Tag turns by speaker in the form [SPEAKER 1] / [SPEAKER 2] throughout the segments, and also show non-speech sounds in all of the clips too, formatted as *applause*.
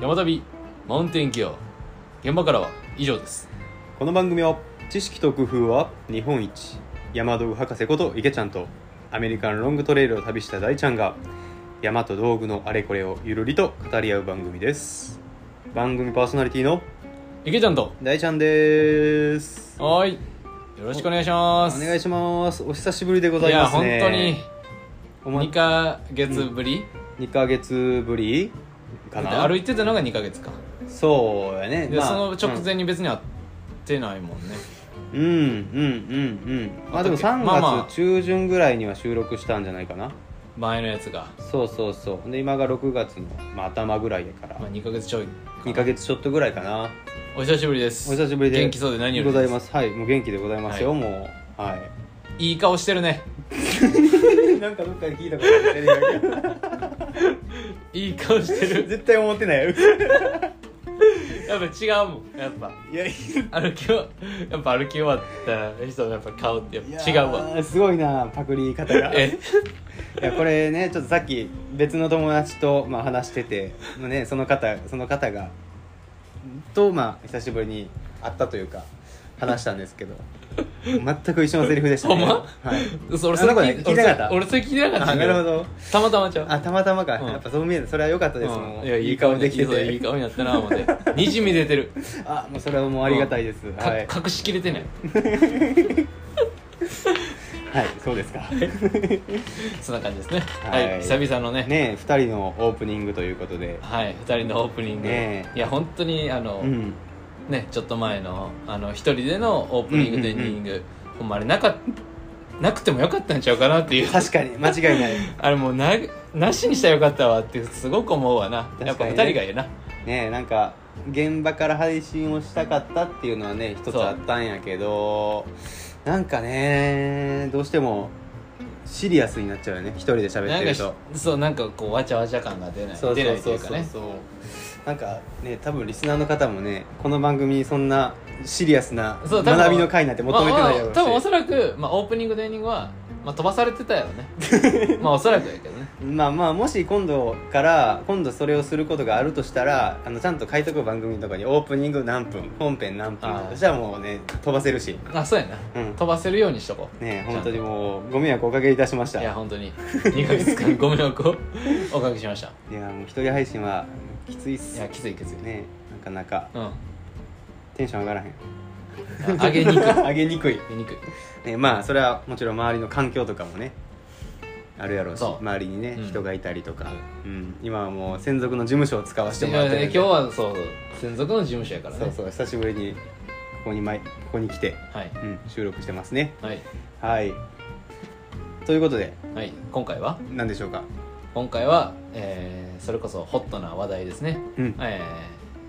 [SPEAKER 1] 山旅マウンテンギア現場からは以上です
[SPEAKER 2] この番組は知識と工夫は日本一山道具博士こと池ちゃんとアメリカンロングトレイルを旅した大ちゃんが山と道具のあれこれをゆるりと語り合う番組です番組パーソナリティの
[SPEAKER 1] 池ちゃんと
[SPEAKER 2] 大ちゃんですお
[SPEAKER 1] はーいよろしくお願いします
[SPEAKER 2] 願い
[SPEAKER 1] し
[SPEAKER 2] しますお久しぶりでございますね
[SPEAKER 1] や本当に
[SPEAKER 2] おま
[SPEAKER 1] 2ヶ月ぶり、
[SPEAKER 2] 2ヶ月ぶりか
[SPEAKER 1] だっ
[SPEAKER 2] な
[SPEAKER 1] て歩いてたのが2ヶ月か
[SPEAKER 2] そうやね
[SPEAKER 1] で、
[SPEAKER 2] まあ
[SPEAKER 1] その直前に別に会ってないもんね、
[SPEAKER 2] うんうんうんうんまあでも
[SPEAKER 1] まあまあ
[SPEAKER 2] 3月中旬ぐらいには収録したんじゃないかな
[SPEAKER 1] 前のやつが、
[SPEAKER 2] そうそうそうで今が6月の、まあ、頭ぐらいやから、
[SPEAKER 1] まあ、2ヶ月ちょい
[SPEAKER 2] 2ヶ月ちょっとぐらいかな
[SPEAKER 1] お久しぶりです
[SPEAKER 2] お久しぶりで
[SPEAKER 1] 元気そうで何より
[SPEAKER 2] ご
[SPEAKER 1] です
[SPEAKER 2] ざいますはいもう元気でございますよ、
[SPEAKER 1] は
[SPEAKER 2] もうはい
[SPEAKER 1] いい顔してるね
[SPEAKER 2] い *laughs* なんかどっかで聞いたことあるテレビが
[SPEAKER 1] いい顔してる *laughs*
[SPEAKER 2] *laughs* 絶対思ってない
[SPEAKER 1] やっぱ違うもんやっぱ
[SPEAKER 2] いや
[SPEAKER 1] 歩きはやっぱ歩き終わった人のやっぱ顔ってやっぱ違うわ
[SPEAKER 2] わすごいなパクリ方が
[SPEAKER 1] え
[SPEAKER 2] いやこれねちょっとさっき別の友達と、まあ、話してて、まあね、その方その方がと、まあ、久しぶりに会ったというか話したんですけど全く一緒のセリフでしたね
[SPEAKER 1] ほんま
[SPEAKER 2] はい
[SPEAKER 1] そ俺
[SPEAKER 2] あ
[SPEAKER 1] それ
[SPEAKER 2] の子ね
[SPEAKER 1] 聞い
[SPEAKER 2] 聞いてなかった
[SPEAKER 1] 俺それ聞いてなかった
[SPEAKER 2] あ
[SPEAKER 1] んだ
[SPEAKER 2] な
[SPEAKER 1] け
[SPEAKER 2] るほど
[SPEAKER 1] たまたまちゃう
[SPEAKER 2] あたまたまか、
[SPEAKER 1] うん
[SPEAKER 2] やっぱそう見えるそれは良かったです、も
[SPEAKER 1] う
[SPEAKER 2] うんい
[SPEAKER 1] いやいい顔
[SPEAKER 2] 顔
[SPEAKER 1] で
[SPEAKER 2] で
[SPEAKER 1] き
[SPEAKER 2] き
[SPEAKER 1] て
[SPEAKER 2] て
[SPEAKER 1] て
[SPEAKER 2] て
[SPEAKER 1] いい顔になったな思って
[SPEAKER 2] *laughs*
[SPEAKER 1] にじみ出てる
[SPEAKER 2] あもうそれはもうありがたいです、
[SPEAKER 1] か
[SPEAKER 2] はい、はい、
[SPEAKER 1] 隠しきれてない
[SPEAKER 2] そうですか
[SPEAKER 1] そんな感じですねは
[SPEAKER 2] はい
[SPEAKER 1] い久々のね
[SPEAKER 2] ねえ2人のオープニングということで
[SPEAKER 1] はい2人のオープニング
[SPEAKER 2] ね
[SPEAKER 1] いや本当にあの
[SPEAKER 2] うん
[SPEAKER 1] ねちょっと前のあの一人でのオープニング
[SPEAKER 2] うんうん
[SPEAKER 1] とエ
[SPEAKER 2] うん
[SPEAKER 1] ンディングほんまあれなかなくてもよかったんちゃうかなっていう
[SPEAKER 2] 確かに間違いない
[SPEAKER 1] あれもうななしにしたらよかったわってすごく思うわな、
[SPEAKER 2] かにね
[SPEAKER 1] やっぱ二人がいいな
[SPEAKER 2] ねえなんか現場から配信をしたかったっていうのはね一つあったんやけどなんかねどうしてもシリアスになっちゃうよね一人で喋っ
[SPEAKER 1] なん
[SPEAKER 2] て
[SPEAKER 1] か
[SPEAKER 2] る
[SPEAKER 1] し
[SPEAKER 2] と
[SPEAKER 1] そうなんかこうわちゃわちゃ感が出ない
[SPEAKER 2] そう
[SPEAKER 1] 出
[SPEAKER 2] そ
[SPEAKER 1] な
[SPEAKER 2] う
[SPEAKER 1] いと
[SPEAKER 2] そ
[SPEAKER 1] いうう
[SPEAKER 2] そ
[SPEAKER 1] か
[SPEAKER 2] う
[SPEAKER 1] ね
[SPEAKER 2] なんかね多分リスナーの方もねこの番組にそんなシリアスな
[SPEAKER 1] そう多分
[SPEAKER 2] 学びの回なんて求めてないや
[SPEAKER 1] まあま
[SPEAKER 2] ろ
[SPEAKER 1] あ
[SPEAKER 2] うし、
[SPEAKER 1] 多分おそらく、まあ、オープニングとエンディングは、まあ、飛ばされてたやろ
[SPEAKER 2] *laughs*
[SPEAKER 1] ねまあおそらくやけどね
[SPEAKER 2] まあまあもし今度から今度それをすることがあるとしたらあのちゃんと書いとく番組とかにオープニング何分本編何
[SPEAKER 1] あ
[SPEAKER 2] 分
[SPEAKER 1] ー
[SPEAKER 2] じゃあもうね飛ばせるし
[SPEAKER 1] あそうやな、
[SPEAKER 2] うん
[SPEAKER 1] 飛ばせるようにしとこう
[SPEAKER 2] ね本当にもうご迷惑おかけいたしました
[SPEAKER 1] い
[SPEAKER 2] い
[SPEAKER 1] や
[SPEAKER 2] や
[SPEAKER 1] 本当に2ヶ月
[SPEAKER 2] *laughs*
[SPEAKER 1] 間ご迷惑をおかけしました
[SPEAKER 2] もう一人配信はきついっす
[SPEAKER 1] いやきついきつい
[SPEAKER 2] ねなかなか
[SPEAKER 1] うん
[SPEAKER 2] テンション上がらへん
[SPEAKER 1] あ上げにくい *laughs* 上
[SPEAKER 2] 上げにくい、
[SPEAKER 1] げにくい
[SPEAKER 2] ね、まあそれはもちろん周りの環境とかもねあるやろうし
[SPEAKER 1] そう
[SPEAKER 2] 周りにね、
[SPEAKER 1] うん
[SPEAKER 2] 人がいたりとか、うん、今はもう専属の事務所を使わせてもらってるんで
[SPEAKER 1] 今日はそう専属の事務所やからね
[SPEAKER 2] そうそう久しぶりにここにまいここに来て、
[SPEAKER 1] はい
[SPEAKER 2] うん、収録してますね
[SPEAKER 1] はい
[SPEAKER 2] はいということで
[SPEAKER 1] はい、今回は
[SPEAKER 2] 何でしょうか
[SPEAKER 1] 今回は、えーそれこそホットな話題ですね、
[SPEAKER 2] うん
[SPEAKER 1] え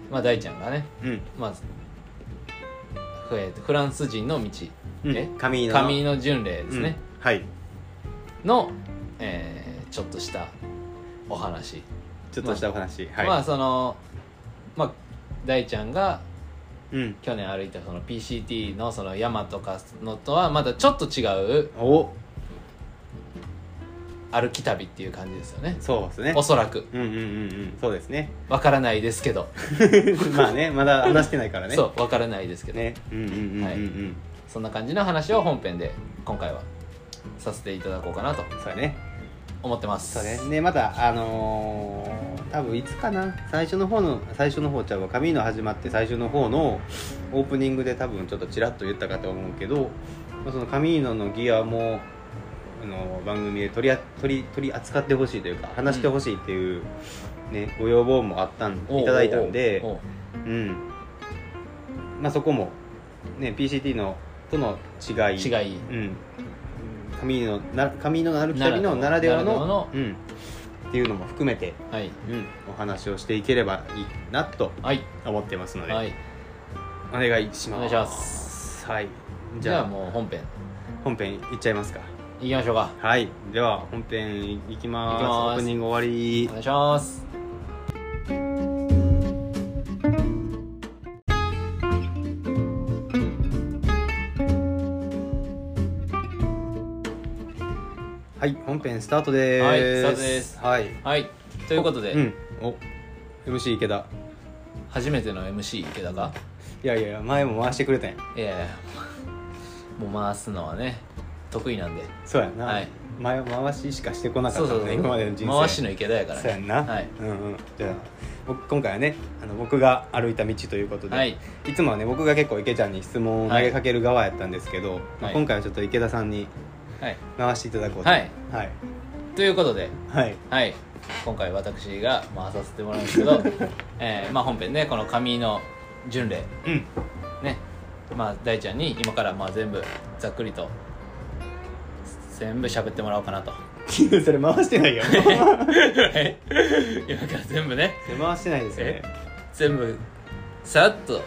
[SPEAKER 1] ーまあ、大ちゃんがね、
[SPEAKER 2] うん
[SPEAKER 1] まあふえーフランス人の道、
[SPEAKER 2] うん
[SPEAKER 1] え
[SPEAKER 2] 髪の
[SPEAKER 1] 髪の巡礼ですね、
[SPEAKER 2] うんはい
[SPEAKER 1] の、えーちょっとしたお話、
[SPEAKER 2] ちょっとしたお話、はい、
[SPEAKER 1] まあその、まあ、大ちゃんが
[SPEAKER 2] うん
[SPEAKER 1] 去年歩いたその PCT のその山とかのとはまたちょっと違う
[SPEAKER 2] お
[SPEAKER 1] 歩き旅っていう感じですよね
[SPEAKER 2] そうですね
[SPEAKER 1] おそらく
[SPEAKER 2] うんうんうんうんそうですね *laughs*
[SPEAKER 1] わからないですけど、
[SPEAKER 2] まあねまだ話してないからね
[SPEAKER 1] そうわからないですけど、
[SPEAKER 2] ねうんうんうんうんうん、
[SPEAKER 1] はいそんな感じの話を本編で今回はさせていただこうかなと
[SPEAKER 2] そうやね
[SPEAKER 1] 思ってます
[SPEAKER 2] そうねでまたあのー多分いつかな最初の方の最初の方ちゃうわ髪の始まって最初の方のオープニングで多分ちょっとちらっと言ったかと思うけどまあそのカミーノのギアもあの番組で取りあ取り取り扱ってほしいというか話してほしいっていう、ね、ご要望もあったん
[SPEAKER 1] おう
[SPEAKER 2] いただいたんで
[SPEAKER 1] おうおう
[SPEAKER 2] うんまあ、そこも、ね、PCT のとの違い
[SPEAKER 1] 違い
[SPEAKER 2] うん、紙のな紙の歩き旅のならではの
[SPEAKER 1] ならではの
[SPEAKER 2] うん、っていうのも含めて、
[SPEAKER 1] はい
[SPEAKER 2] うん、お話をしていければいいなと
[SPEAKER 1] はい
[SPEAKER 2] 思ってますので、
[SPEAKER 1] はい
[SPEAKER 2] お願いし
[SPEAKER 1] お
[SPEAKER 2] ます
[SPEAKER 1] 願いします
[SPEAKER 2] はい
[SPEAKER 1] じ
[SPEAKER 2] じ
[SPEAKER 1] ゃ
[SPEAKER 2] ゃ
[SPEAKER 1] あ
[SPEAKER 2] あ
[SPEAKER 1] もう本編
[SPEAKER 2] 本編いっちゃいますか
[SPEAKER 1] いきましょうか
[SPEAKER 2] はいでは本編いきま
[SPEAKER 1] い
[SPEAKER 2] す
[SPEAKER 1] きます
[SPEAKER 2] オープニング終わり
[SPEAKER 1] お願いします
[SPEAKER 2] はい本編スタートです
[SPEAKER 1] はいスタートです
[SPEAKER 2] はい
[SPEAKER 1] はいということで、
[SPEAKER 2] うんお MC 池田
[SPEAKER 1] 初めての MC 池田が
[SPEAKER 2] いやいやいや前も回してくれたやん
[SPEAKER 1] いやいや *laughs* もう回すのはね得意なんで
[SPEAKER 2] そうやな、
[SPEAKER 1] はい
[SPEAKER 2] 前回ししかしてこなかった
[SPEAKER 1] そ
[SPEAKER 2] も
[SPEAKER 1] うんそ
[SPEAKER 2] ね
[SPEAKER 1] うそう
[SPEAKER 2] 今までの人生
[SPEAKER 1] 回しの池田やから
[SPEAKER 2] そうやんな、
[SPEAKER 1] はい
[SPEAKER 2] うんうん、じゃあ僕今回はねあの僕が歩いた道ということで、、
[SPEAKER 1] はいい
[SPEAKER 2] つもはね僕が結構池ちゃんに質問を投げかける側やったんですけど、まあ、
[SPEAKER 1] はい
[SPEAKER 2] 今回はちょっと池田さんに
[SPEAKER 1] はい
[SPEAKER 2] 回していただこうと
[SPEAKER 1] はい
[SPEAKER 2] はい、
[SPEAKER 1] ということで
[SPEAKER 2] はい
[SPEAKER 1] はい今回私が回させてもらうんですけ
[SPEAKER 2] *laughs*
[SPEAKER 1] ど、えーまあ、本編ねこの紙の巡礼
[SPEAKER 2] うん *laughs*
[SPEAKER 1] ねまあ大ちゃんに今からまあ全部ざっくりと全部喋ってもらおうかなと
[SPEAKER 2] それ回し
[SPEAKER 1] *laughs*
[SPEAKER 2] てないよ
[SPEAKER 1] はい今から全部ね
[SPEAKER 2] それ回してないですね
[SPEAKER 1] 全部さらっと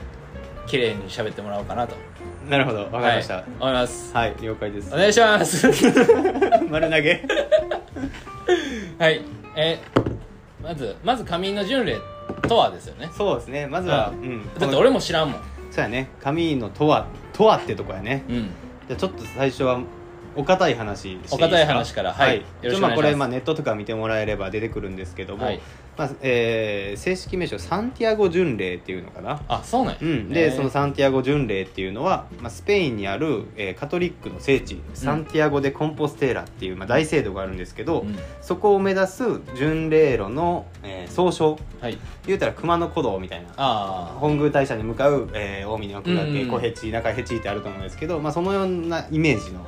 [SPEAKER 1] 綺麗に喋ってもらおうかなと
[SPEAKER 2] なるほどわかりました
[SPEAKER 1] は
[SPEAKER 2] はい
[SPEAKER 1] い、思います
[SPEAKER 2] 了解です
[SPEAKER 1] お願いします *laughs*
[SPEAKER 2] *laughs* 丸投げ
[SPEAKER 1] はいえーまずまず仮眠の巡礼とはですよね
[SPEAKER 2] そうですねまずは、
[SPEAKER 1] う
[SPEAKER 2] うんん、
[SPEAKER 1] だって俺も知らんもん
[SPEAKER 2] そうやね神のとはとはってとこやね
[SPEAKER 1] うん
[SPEAKER 2] じゃあちょっと最初はお堅い話していいですか
[SPEAKER 1] お堅い話からはいよろ
[SPEAKER 2] ちょ
[SPEAKER 1] しくお願いし
[SPEAKER 2] っとまあ
[SPEAKER 1] ます
[SPEAKER 2] これ、まあ、ネットとか見てもらえれば出てくるんですけども、
[SPEAKER 1] はい
[SPEAKER 2] まあえー正式名称サンティアゴ巡礼っていうのかな、
[SPEAKER 1] あそうなんや
[SPEAKER 2] うん、
[SPEAKER 1] え
[SPEAKER 2] で、
[SPEAKER 1] ー
[SPEAKER 2] そのサンティアゴ巡礼っていうのは、まあ、スペインにある、えーカトリックの聖地サンティアゴ・でコンポステーラっていう、まあ、大聖堂があるんですけど、
[SPEAKER 1] うん
[SPEAKER 2] そこを目指す巡礼路の、えー総称
[SPEAKER 1] はい
[SPEAKER 2] 言うたら熊野古道みたいな
[SPEAKER 1] あ
[SPEAKER 2] 本宮大社に向かう、えー、近江の奥岳、
[SPEAKER 1] うんうん
[SPEAKER 2] 小ヘチ中ヘチってあると思うんですけど、まあ、そのようなイメージの、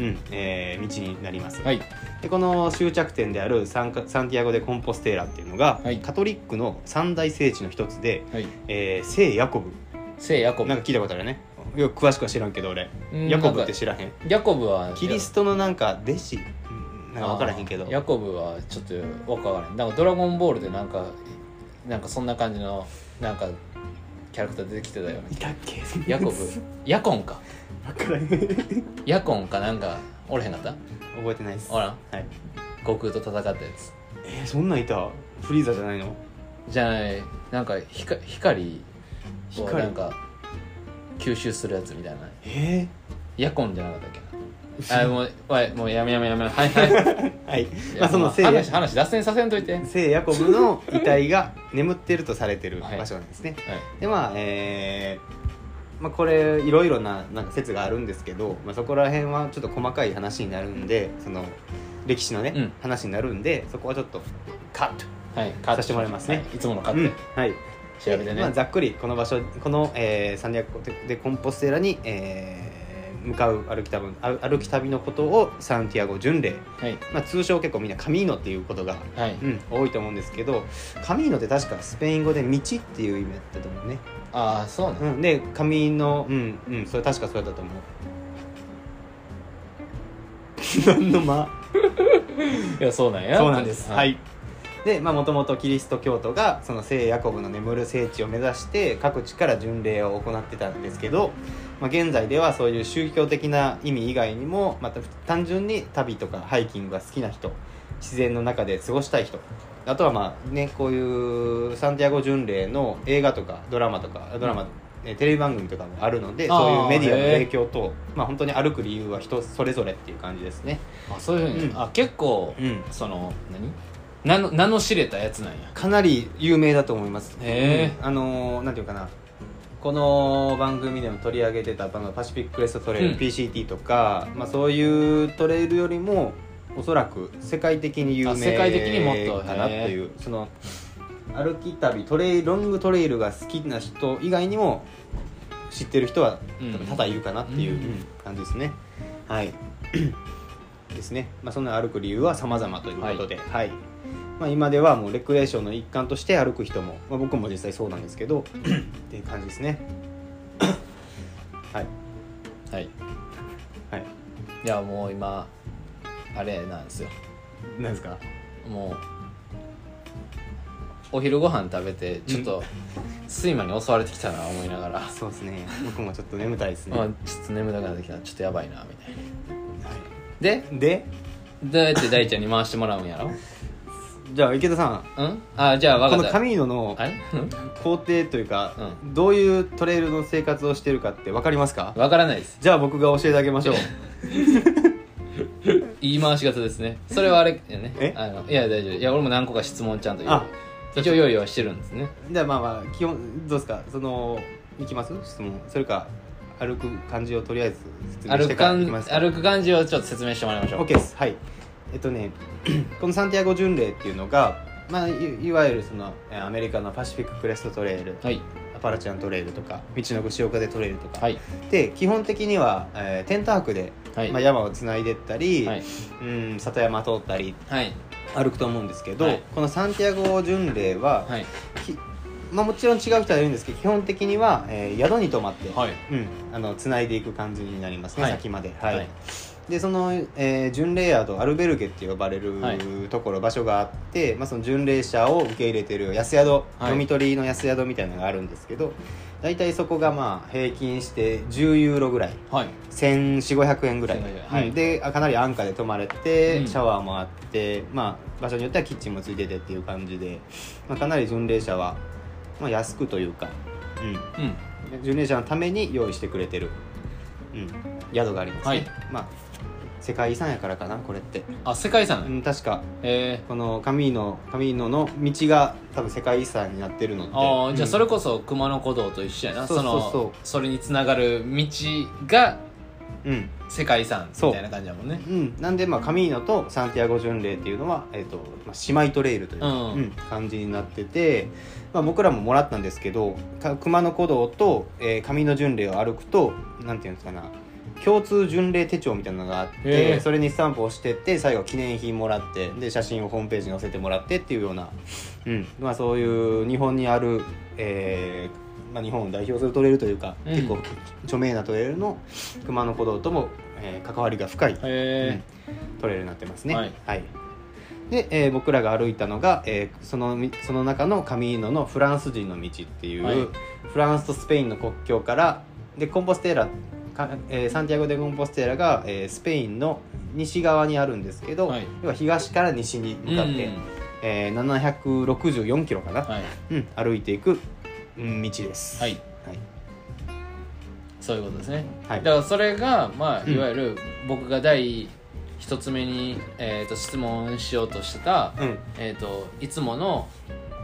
[SPEAKER 2] うんえー道になります、
[SPEAKER 1] あはい
[SPEAKER 2] でこの終着点であるサンカサンティアゴ・でコンポステーラっていうのが、
[SPEAKER 1] はい
[SPEAKER 2] カトリックの三大聖地の一つで、
[SPEAKER 1] はい
[SPEAKER 2] えー、聖ヤコブ
[SPEAKER 1] 聖ヤコブ
[SPEAKER 2] なんか聞いたことあるよねよく詳しくは知らんけど俺
[SPEAKER 1] うん
[SPEAKER 2] ヤコブっ
[SPEAKER 1] なん
[SPEAKER 2] て
[SPEAKER 1] か
[SPEAKER 2] 知らへん
[SPEAKER 1] ヤコブは
[SPEAKER 2] キリストのなんか弟子うんなんか分からへんけど
[SPEAKER 1] あーヤコブはちょっと分からへんなんかドラゴンボールでなんかなんかそんな感じのなんかキャラクター出てきてたよね
[SPEAKER 2] いたっけ
[SPEAKER 1] ヤコブヤコンか
[SPEAKER 2] *laughs* 分からへん覚
[SPEAKER 1] ヤコンかなんかおれへんかった
[SPEAKER 2] えてないです
[SPEAKER 1] おらん
[SPEAKER 2] はい、
[SPEAKER 1] 悟空と戦ったやつ
[SPEAKER 2] えー、そんなんいたフリーザじゃないの
[SPEAKER 1] じゃないなんかひか光を
[SPEAKER 2] 光
[SPEAKER 1] なんか吸収するやつみたいな
[SPEAKER 2] えー
[SPEAKER 1] ヤコンじゃなかったっけ
[SPEAKER 2] *laughs*
[SPEAKER 1] なあもうおいもうやめやめやめはいはい
[SPEAKER 2] はい、
[SPEAKER 1] い
[SPEAKER 2] ま
[SPEAKER 1] や
[SPEAKER 2] *laughs* あ、その
[SPEAKER 1] まあ
[SPEAKER 2] 聖ヤ
[SPEAKER 1] 話話脱線させんといてはい
[SPEAKER 2] 聖ヤコブの遺体が眠っているとされている場所なんですね。でまあえーまあ、これいろいろななんか説があるんですけど、まあ、そこら辺はちょっと細かい話になるんでその歴史のね、
[SPEAKER 1] うん
[SPEAKER 2] 話になるんでそこはちょっとカット、
[SPEAKER 1] はいカット
[SPEAKER 2] させてもらいますね
[SPEAKER 1] はいいつものカ
[SPEAKER 2] う
[SPEAKER 1] ッ
[SPEAKER 2] んはい、
[SPEAKER 1] ト調べて
[SPEAKER 2] まあ、
[SPEAKER 1] ね
[SPEAKER 2] ざっくりこの場所この、えーサンディアゴでコンポステーラに、えー向かう歩き旅歩き旅のことをサンティアゴ巡礼、
[SPEAKER 1] はい
[SPEAKER 2] まあ、通称結構みんなカミーノっていうことが
[SPEAKER 1] はい
[SPEAKER 2] うん、多いと思うんですけどカミーノって確かスペイン語で道っていう意味だったと思うね、
[SPEAKER 1] ああそうね
[SPEAKER 2] うん、でカミーノうんうんそれ確かそうだったと思う *laughs* 何の間
[SPEAKER 1] いやそうなんや
[SPEAKER 2] そうなんですはいでまあもともとキリスト教徒がその聖ヤコブの眠る聖地を目指して各地から巡礼を行ってたんですけど、まあ、現在ではそういう宗教的な意味以外にもまた単純に旅とかハイキングが好きな人自然の中で過ごしたい人あとはまあねこういうサンティアゴ巡礼の映画とかドラマとかドラマ、えテレビ番組とかもあるので
[SPEAKER 1] あー
[SPEAKER 2] そういうメディアの
[SPEAKER 1] へー
[SPEAKER 2] 影響とまあ本当に歩く理由は人それぞれっていう感じですね。
[SPEAKER 1] あそういうふうに
[SPEAKER 2] うん
[SPEAKER 1] あ結構
[SPEAKER 2] うん
[SPEAKER 1] その何名の名の知れたやつなんや
[SPEAKER 2] かなり有名だと思います、
[SPEAKER 1] へ
[SPEAKER 2] うんあのーなんていうかなこの番組でも取り上げてたあのパシフィックレストトレイル、
[SPEAKER 1] うん
[SPEAKER 2] PCT とか、まあ、そういうトレイルよりもおそらく世界的に有名
[SPEAKER 1] あ世界的にもっと
[SPEAKER 2] かなっていうその歩き旅トレイロングトレイルが好きな人以外にも知ってる人は
[SPEAKER 1] うん
[SPEAKER 2] 多分多々いるかなっていう
[SPEAKER 1] うん
[SPEAKER 2] うん感じですね、はいですね、まあ、そんな歩く理由は様々ということで、はいまあ、今ではもうレクレーションの一環として歩く人も、まあ、僕も実際そうなんですけど *clears throat* っていう感じですねはい
[SPEAKER 1] はい
[SPEAKER 2] はい
[SPEAKER 1] いやもう今あれなんですよ
[SPEAKER 2] 何ですか
[SPEAKER 1] もうお昼ご飯食べてちょっと睡魔に襲われてきたな思いながら、
[SPEAKER 2] そうですね僕もちょっと眠たいですね、
[SPEAKER 1] まあ
[SPEAKER 2] は
[SPEAKER 1] ちょっと眠たくなってきたちょっとやばいなみたいなで
[SPEAKER 2] い、で
[SPEAKER 1] どうやって大ちゃんに回してもらうんやろ
[SPEAKER 2] じゃあ池田さん
[SPEAKER 1] うんあじゃあ
[SPEAKER 2] こ
[SPEAKER 1] 分
[SPEAKER 2] の
[SPEAKER 1] かった
[SPEAKER 2] カミーノの
[SPEAKER 1] あれうん
[SPEAKER 2] 工程というか、どういうトレイルの生活をしてるかって分かりますか
[SPEAKER 1] 分からないです
[SPEAKER 2] じゃあ僕が教えてあげましょう
[SPEAKER 1] 言い回し方ですねそれはあれや
[SPEAKER 2] え
[SPEAKER 1] ねあのいや大丈夫いや俺も何個か質問ちゃんと言う
[SPEAKER 2] あ
[SPEAKER 1] 一応用意はしてるんですね
[SPEAKER 2] じゃあまあまあ基本どうですかそのいきます質問それか歩く感じをとりあえず説明し
[SPEAKER 1] 歩
[SPEAKER 2] て
[SPEAKER 1] く
[SPEAKER 2] から
[SPEAKER 1] 感
[SPEAKER 2] い
[SPEAKER 1] じ
[SPEAKER 2] きますか
[SPEAKER 1] 歩く感じをちょっと説明してもらいましょう
[SPEAKER 2] OK ですはいえっとね *clears throat* このサンティアゴ巡礼っていうのが、まあ、いいわゆるそのえーアメリカのパシフィッククレストトレイル
[SPEAKER 1] はい
[SPEAKER 2] アパラチアントレイルとか道の串岡でトレイルとか、
[SPEAKER 1] はい
[SPEAKER 2] で基本的には、えーテント泊で、
[SPEAKER 1] はい
[SPEAKER 2] まあ、山をつないでったり、
[SPEAKER 1] はい
[SPEAKER 2] うん里山通ったり
[SPEAKER 1] はい
[SPEAKER 2] 歩くと思うんですけど、
[SPEAKER 1] はい
[SPEAKER 2] このサンティアゴ巡礼は、
[SPEAKER 1] はい
[SPEAKER 2] きまあ、もちろん違う人はいるんですけど基本的には、えー宿に泊まって、
[SPEAKER 1] はい
[SPEAKER 2] うん、あの繋いでいく感じになりますね、
[SPEAKER 1] はい
[SPEAKER 2] 先まで。はい
[SPEAKER 1] はい
[SPEAKER 2] でその、えー巡礼宿アルベルゲって呼ばれる
[SPEAKER 1] はい
[SPEAKER 2] ところ、場所があって、まあ、その巡礼者を受け入れてる安宿、
[SPEAKER 1] い
[SPEAKER 2] 飲み取りの安宿みたいなのがあるんですけど大体そこがまあ平均して10ユーロぐらい。
[SPEAKER 1] はい
[SPEAKER 2] 1400500円ぐらい、
[SPEAKER 1] はい
[SPEAKER 2] うんであかなり安価で泊まれて、
[SPEAKER 1] うん
[SPEAKER 2] シャワーもあって、まあ、場所によってはキッチンもついててっていう感じで、まあ、かなり巡礼者は、まあ、安くというか、
[SPEAKER 1] うん
[SPEAKER 2] うん、巡礼者のために用意してくれてる、うん、宿がありますね、
[SPEAKER 1] はい
[SPEAKER 2] まあ、世界遺産やからかなこれって、
[SPEAKER 1] あ世界遺産
[SPEAKER 2] う
[SPEAKER 1] なんや
[SPEAKER 2] ん、確か
[SPEAKER 1] え
[SPEAKER 2] このカミーノカミーノの道が多分世界遺産になってるので
[SPEAKER 1] ーああじゃあそ
[SPEAKER 2] れ、
[SPEAKER 1] れこそ熊野古道と一緒やな
[SPEAKER 2] そう
[SPEAKER 1] そ
[SPEAKER 2] そうそう
[SPEAKER 1] のそれにつながる道が
[SPEAKER 2] うんうん
[SPEAKER 1] 世界遺産みたいな感じだもんね
[SPEAKER 2] うん、なんで、まあ、カミーノとサンティアゴ巡礼っていうのは、えーとまあ、姉妹トレイルというか、
[SPEAKER 1] うん
[SPEAKER 2] うん感じになってて、まあ、僕らももらったんですけどか熊野古道と、えー、カミーノ巡礼を歩くとなんていうんですかな共通巡礼手帳みたいなのがあっ
[SPEAKER 1] へ
[SPEAKER 2] て
[SPEAKER 1] ー
[SPEAKER 2] それにスタンプをしてって最後記念品もらってで写真をホームページに載せてもらってっていうような、うんまあ、そういう日本にある、えーまあ、日本を代表するトレイルというか、
[SPEAKER 1] うん
[SPEAKER 2] 結構著名なトレイルの熊野古道とも、えー関わりが深い
[SPEAKER 1] へ
[SPEAKER 2] トレイルになってますね。は
[SPEAKER 1] はいい。
[SPEAKER 2] で、えー僕らが歩いたのが、えーそのみその中のカミーノのフランス人の道っていう、
[SPEAKER 1] はい
[SPEAKER 2] フランスとスペインの国境からでコンポステーラか、えーサンティアゴ・デ・コンポステーラが、えースペインの西側にあるんですけど、
[SPEAKER 1] はい
[SPEAKER 2] 要は東から西に
[SPEAKER 1] え
[SPEAKER 2] 向かって、
[SPEAKER 1] うん
[SPEAKER 2] えー764キロかな、
[SPEAKER 1] はい
[SPEAKER 2] うん、歩いていく、うん道です。
[SPEAKER 1] はいそういうことですね、
[SPEAKER 2] はい
[SPEAKER 1] だからそれがま
[SPEAKER 2] う
[SPEAKER 1] あ
[SPEAKER 2] ん
[SPEAKER 1] いわゆる僕が第一つ目に、えー、と質問しようとしてた、
[SPEAKER 2] うん
[SPEAKER 1] えー、といつもの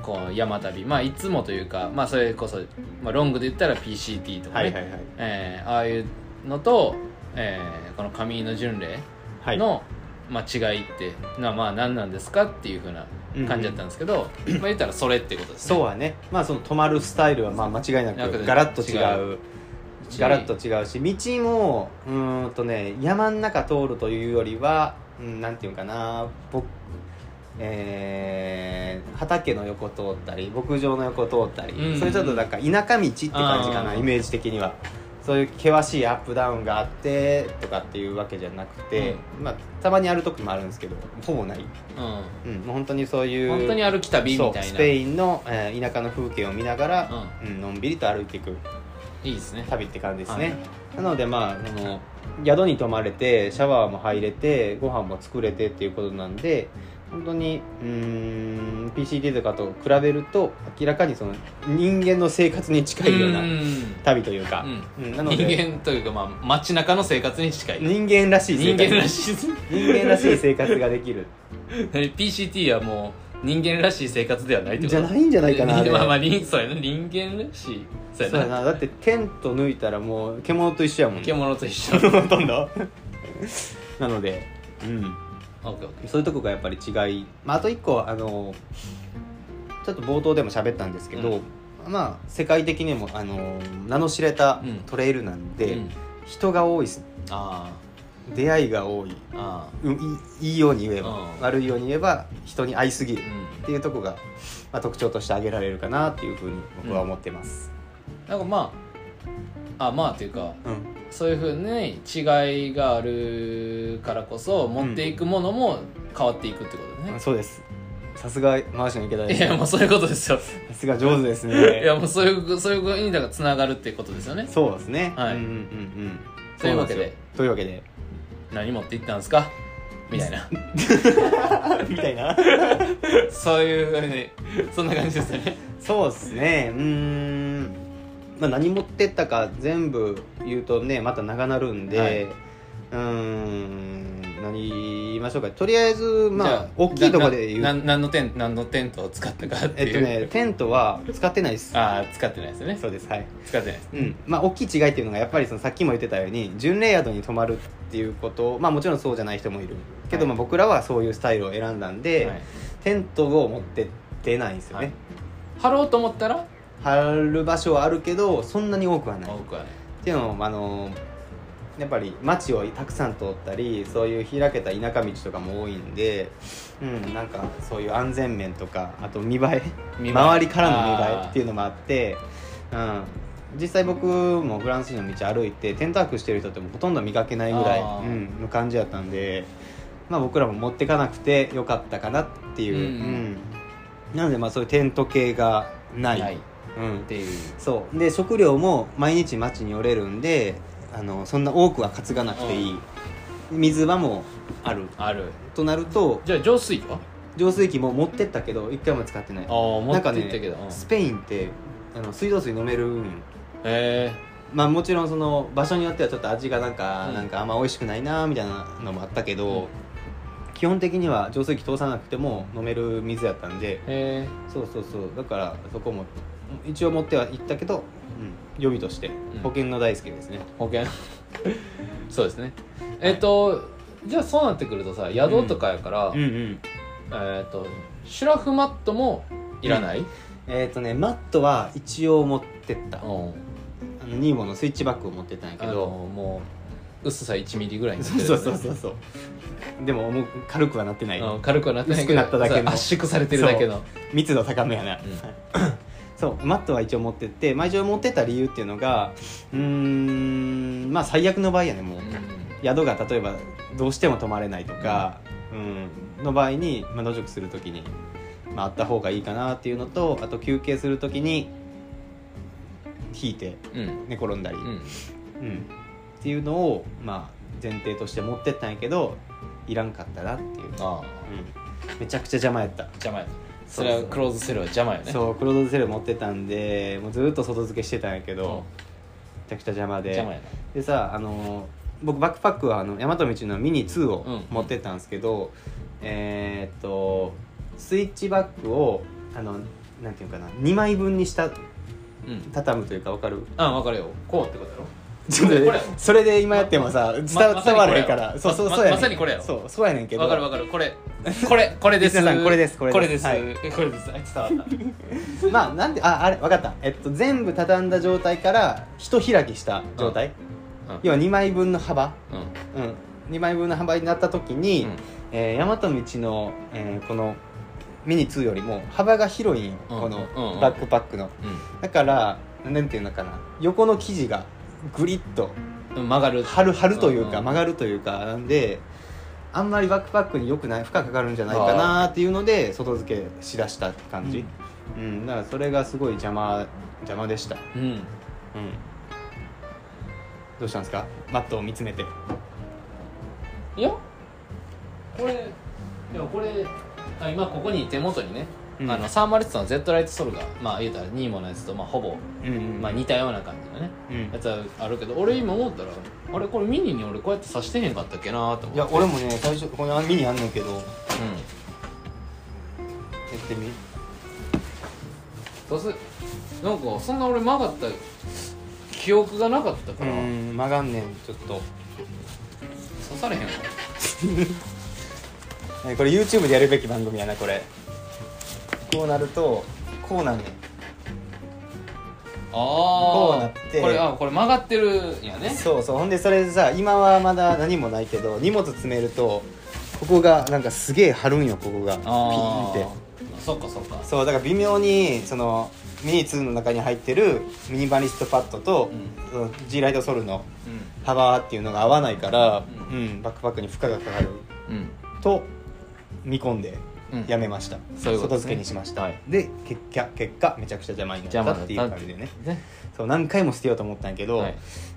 [SPEAKER 1] こう山旅まあいつもというかまあそれこそ、まあ、ロングで言ったら PCT とかね、
[SPEAKER 2] はいはいはい
[SPEAKER 1] えーああいうのと、えーこの上井の巡礼
[SPEAKER 2] はい
[SPEAKER 1] の、まあ、違いってのはまあ何なんですかっていうふうな感じだったんですけど、まあ言ったらそれってことですね
[SPEAKER 2] そうはね、まあ、その泊まるスタイルはまあ間違いな
[SPEAKER 1] なんか
[SPEAKER 2] く
[SPEAKER 1] ね
[SPEAKER 2] ガラッと違う
[SPEAKER 1] 違う
[SPEAKER 2] ガラッと違うし道もうーんとね山ん中通るというよりは、うん、なんていうかな僕えー畑の横通ったり牧場の横通ったり、
[SPEAKER 1] うん
[SPEAKER 2] それちょっとなんか田舎道って感じかな
[SPEAKER 1] あー
[SPEAKER 2] イメージ的にはそういう険しいアップダウンがあってとかっていうわけじゃなくて、まあ、たまにある時もあるんですけどほぼない、
[SPEAKER 1] う
[SPEAKER 2] うん、もう本当にそうい
[SPEAKER 1] ん、
[SPEAKER 2] う
[SPEAKER 1] 本当に歩き旅みたい
[SPEAKER 2] そ
[SPEAKER 1] うな
[SPEAKER 2] スペインの、えー田舎の風景を見ながら、
[SPEAKER 1] う
[SPEAKER 2] うんのんびりと歩いていく
[SPEAKER 1] いいですね
[SPEAKER 2] 旅って感じですね、なのでまああの宿に泊まれてシャワーも入れてご飯も作れてっていうことなんで本当にうーん PCD とかと比べると明らかにその人間の生活に近いような
[SPEAKER 1] うん
[SPEAKER 2] 旅というか、
[SPEAKER 1] うん
[SPEAKER 2] うんなので
[SPEAKER 1] 人間というかまあ街中の生活に近い
[SPEAKER 2] 人間らしい
[SPEAKER 1] 人間ら
[SPEAKER 2] い
[SPEAKER 1] し *laughs* いです
[SPEAKER 2] 人間らしい生活ができ
[SPEAKER 1] *laughs*
[SPEAKER 2] る
[SPEAKER 1] PCT はもう人間らしい生活ではないってこと
[SPEAKER 2] じゃないんじゃないかなあれ
[SPEAKER 1] まあまありんそうやな人間らしいそう
[SPEAKER 2] そう
[SPEAKER 1] や
[SPEAKER 2] や
[SPEAKER 1] な
[SPEAKER 2] なだってテント抜いたらもう獣と一緒やもんね
[SPEAKER 1] 獣と一
[SPEAKER 2] *laughs*
[SPEAKER 1] 緒
[SPEAKER 2] ほとんどなので、うん、
[SPEAKER 1] オッケーオッケ
[SPEAKER 2] そういうとこがやっぱり違い、まあ、あと一個あのちょっと冒頭でも喋ったんですけど、まあ世界的にもあの名の知れた
[SPEAKER 1] うん
[SPEAKER 2] トレイルなんで、
[SPEAKER 1] ーうん
[SPEAKER 2] 人が多いっす
[SPEAKER 1] あ
[SPEAKER 2] 出会いが多い
[SPEAKER 1] ああ
[SPEAKER 2] ういいいように言えば、
[SPEAKER 1] うん
[SPEAKER 2] 悪いように言えば人に会いすぎる
[SPEAKER 1] あ
[SPEAKER 2] っていうとこが、まあ、特徴として挙げられるかなっていうふうに僕は思ってます。
[SPEAKER 1] うんなんかまああまあというか
[SPEAKER 2] うん
[SPEAKER 1] そういうふうに違いがあるからこそ持っていくものも変わっていくってことね、
[SPEAKER 2] そうですさすがマーシャン池田で
[SPEAKER 1] い
[SPEAKER 2] す
[SPEAKER 1] やもうそういうことですよ
[SPEAKER 2] さすが上手ですね
[SPEAKER 1] いやもうそういうそういうことにだからつながるってことですよね
[SPEAKER 2] そうですね。
[SPEAKER 1] はい
[SPEAKER 2] うんうんうんうん。
[SPEAKER 1] というわけで
[SPEAKER 2] そなんすよ。というわけ
[SPEAKER 1] *laughs*
[SPEAKER 2] で。
[SPEAKER 1] 何持って行ったんですかみたいな
[SPEAKER 2] みたいな。
[SPEAKER 1] *laughs* そういうねそんな感じですよね
[SPEAKER 2] そうですね。うーん。まあ何持ってったか全部言うとねまた長なるんで、
[SPEAKER 1] はいう
[SPEAKER 2] ーん何言いましょうかとりあえずま
[SPEAKER 1] じ
[SPEAKER 2] あ
[SPEAKER 1] ゃ
[SPEAKER 2] 大きいとこで言
[SPEAKER 1] な
[SPEAKER 2] う
[SPEAKER 1] な何のテン何のテントを使ったかって
[SPEAKER 2] えっ
[SPEAKER 1] い
[SPEAKER 2] と
[SPEAKER 1] う、
[SPEAKER 2] ねテントは使ってないです
[SPEAKER 1] ああ使ってないですよね
[SPEAKER 2] そうですはい
[SPEAKER 1] 使ってないです
[SPEAKER 2] うんまあ、大きい違いっていうのがやっぱりそのさっきも言ってたように巡礼宿に泊まるっていうこと、まあ、もちろんそうじゃない人もいるけど、
[SPEAKER 1] はい
[SPEAKER 2] まあ、僕らはそういうスタイルを選んだんで、
[SPEAKER 1] はい
[SPEAKER 2] テントを持って出ないんですよね、
[SPEAKER 1] 貼ろうと思ったら
[SPEAKER 2] 張る場所はあるけどそんなに多くはないっ
[SPEAKER 1] 僕はね
[SPEAKER 2] ていうのもあのやっぱり街をたくさん通ったりそういう開けた田舎道とかも多いんで、うん、なんかそういう安全面とかあと見栄え
[SPEAKER 1] 見栄え
[SPEAKER 2] 周りからの見栄えっていうのもあってうん、実際僕もフランス人の道歩いてテント泊してる人ってもうほとんど見かけないぐらい、
[SPEAKER 1] あー
[SPEAKER 2] うん、の感じやったんで、まあ、僕らも持ってかなくてよかったかなっていう、
[SPEAKER 1] うん
[SPEAKER 2] うんなのでまあそういうテント系がない、
[SPEAKER 1] ないっ
[SPEAKER 2] うん、
[SPEAKER 1] ていう
[SPEAKER 2] そうで食料も毎日町に寄れるんであのそんな多くは担がなくていい、水場もある
[SPEAKER 1] ある
[SPEAKER 2] となると
[SPEAKER 1] じゃあ浄水は
[SPEAKER 2] 浄水器も持ってったけど一回も使ってない
[SPEAKER 1] ああ持っ
[SPEAKER 2] なん
[SPEAKER 1] て
[SPEAKER 2] か
[SPEAKER 1] 行
[SPEAKER 2] ね
[SPEAKER 1] ったけど、うん
[SPEAKER 2] スペインってあの水道水飲めるんよ
[SPEAKER 1] え
[SPEAKER 2] まあもちろんその場所によってはちょっと味がなんか、
[SPEAKER 1] うん
[SPEAKER 2] なんかあんま美味しくないなみたいなのもあったけど、基本的には浄水器通さなくても飲める水やったんで
[SPEAKER 1] ー、え
[SPEAKER 2] そうそうそうだからそこも一応持っては行ったけど、うん、予備として
[SPEAKER 1] うん
[SPEAKER 2] 保険の大好きですね、
[SPEAKER 1] ー、保
[SPEAKER 2] *laughs*
[SPEAKER 1] 険そうですねえっ、と、じゃあそうなってくるとさ宿とかやから、
[SPEAKER 2] うんうん
[SPEAKER 1] えっ、とシュラフマットもいらない、
[SPEAKER 2] えっ、とねマットは一応持ってったあ
[SPEAKER 1] うん、
[SPEAKER 2] のニーモのスイッチバッグを持ってったんやけ
[SPEAKER 1] あの
[SPEAKER 2] ど
[SPEAKER 1] もう薄さ1ミリぐらいになって
[SPEAKER 2] そう
[SPEAKER 1] る
[SPEAKER 2] そうそうそう *laughs* そうでももう軽くはなってない、
[SPEAKER 1] うん軽くはなってないけど
[SPEAKER 2] 薄くなっただけの
[SPEAKER 1] 圧縮されてるだけの
[SPEAKER 2] 密度高めやな、そうマットは一応持ってって、まあ、一応持ってた理由っていうのがうーんまあ最悪の場合やねもう、
[SPEAKER 1] う
[SPEAKER 2] 宿が例えばどうしても泊まれないとか、うんの場合に、まあ、野宿する時に、まあ、あった方がいいかなっていうのとあと休憩する時に引いて
[SPEAKER 1] んうん
[SPEAKER 2] 寝転んだり、
[SPEAKER 1] うん
[SPEAKER 2] うんっていうのを、まあ、前提として持ってったんやけどいらんかったなっていう、
[SPEAKER 1] ああ
[SPEAKER 2] うん、めちゃくちゃ邪魔やった
[SPEAKER 1] 邪魔やそ
[SPEAKER 2] そ
[SPEAKER 1] う
[SPEAKER 2] そう
[SPEAKER 1] れはクローズセルは邪魔よね
[SPEAKER 2] そうクロードセル持ってたんでもうずっと外付けしてたんやけ
[SPEAKER 1] うん
[SPEAKER 2] ど、めちゃくちゃ邪魔で
[SPEAKER 1] 邪魔や
[SPEAKER 2] でさあの僕バックパックはあの大和道のミニ2を
[SPEAKER 1] うん
[SPEAKER 2] 持ってたんですけど、えーっとスイッチバッグをあのなんていうかな2枚分にした
[SPEAKER 1] なうん
[SPEAKER 2] 畳むというかわかる
[SPEAKER 1] あ分かるよこうってことやろ
[SPEAKER 2] ちょっと *laughs*
[SPEAKER 1] これ
[SPEAKER 2] それで今やってもさ伝,、
[SPEAKER 1] ま
[SPEAKER 2] 伝われへんから、
[SPEAKER 1] ま
[SPEAKER 2] そうそう
[SPEAKER 1] ま
[SPEAKER 2] そうやねん
[SPEAKER 1] まさにこれやろ
[SPEAKER 2] そうそうやねんけど
[SPEAKER 1] わかるわかるこれこれこれです
[SPEAKER 2] リスナーさんこれですこ
[SPEAKER 1] こ
[SPEAKER 2] れです
[SPEAKER 1] れです
[SPEAKER 2] はい
[SPEAKER 1] これですあ伝わった
[SPEAKER 2] まあなんでああれわかった、えっと、全部畳んだ状態から一開きした状態、
[SPEAKER 1] うん
[SPEAKER 2] 要は2枚分の幅、
[SPEAKER 1] うん
[SPEAKER 2] うん、2枚分の販売になった時に、
[SPEAKER 1] うん
[SPEAKER 2] えー大和道の、えーこのミニ2よりも幅が広いんよ、
[SPEAKER 1] うん
[SPEAKER 2] この
[SPEAKER 1] うんうん
[SPEAKER 2] バックパックの、だからなんていうのかな横の生地がグリッと
[SPEAKER 1] うん曲がる
[SPEAKER 2] 張る張るという
[SPEAKER 1] うんう
[SPEAKER 2] か
[SPEAKER 1] ん
[SPEAKER 2] 曲がるというかなんであんまりバックパックによくない負荷かかるんじゃないかなっていうので外付けしだした感じ、うんだからそれがすごい邪魔邪魔でした、
[SPEAKER 1] うん
[SPEAKER 2] うん、どうしたんですかマットを見つめて
[SPEAKER 1] いやこれでもこれあ今ここに手元にね、
[SPEAKER 2] うん
[SPEAKER 1] あのサーマルティスの Z ライトソルがまあ言うたらニーモのやつとまあほぼ、
[SPEAKER 2] うん
[SPEAKER 1] まあ、似たような感じのね
[SPEAKER 2] うん
[SPEAKER 1] やつはあるけど俺今思ったらあれこれミニに俺こうやって刺してへんかったっけなと思って
[SPEAKER 2] いや俺もね最初この網にあんねんけどやってみ
[SPEAKER 1] うんどうせなんかそんな俺曲がった記憶がなかったから、
[SPEAKER 2] ん曲がんねんちょっと
[SPEAKER 1] 刺されへんわ
[SPEAKER 2] これ YouTube でやるべき番組やなこれこうなるとこうなんねんこう
[SPEAKER 1] あ
[SPEAKER 2] な
[SPEAKER 1] あ
[SPEAKER 2] って
[SPEAKER 1] これあこれ曲がってるんやね
[SPEAKER 2] そうそうほんでそれでさ今はまだ何もないけど荷物詰めるとここがなんかすげえ張るんよここがピーン
[SPEAKER 1] あ
[SPEAKER 2] っ
[SPEAKER 1] あ
[SPEAKER 2] て
[SPEAKER 1] そっかそっか
[SPEAKER 2] そうだから微妙にそのミニ2の中に入ってるミニバリストパッドと、その G ライトソルの
[SPEAKER 1] う
[SPEAKER 2] 幅っていうのが合わないから、
[SPEAKER 1] う
[SPEAKER 2] うん、バックパックに負荷がかか
[SPEAKER 1] んう
[SPEAKER 2] る
[SPEAKER 1] ん
[SPEAKER 2] と見込んで
[SPEAKER 1] うん
[SPEAKER 2] やめました、
[SPEAKER 1] そういうことです
[SPEAKER 2] 外
[SPEAKER 1] ね
[SPEAKER 2] 付けにしました、で結果結果めちゃくちゃ邪魔になったっていう感じでね
[SPEAKER 1] ね
[SPEAKER 2] そう何回も捨てようと思ったんやけど、
[SPEAKER 1] はい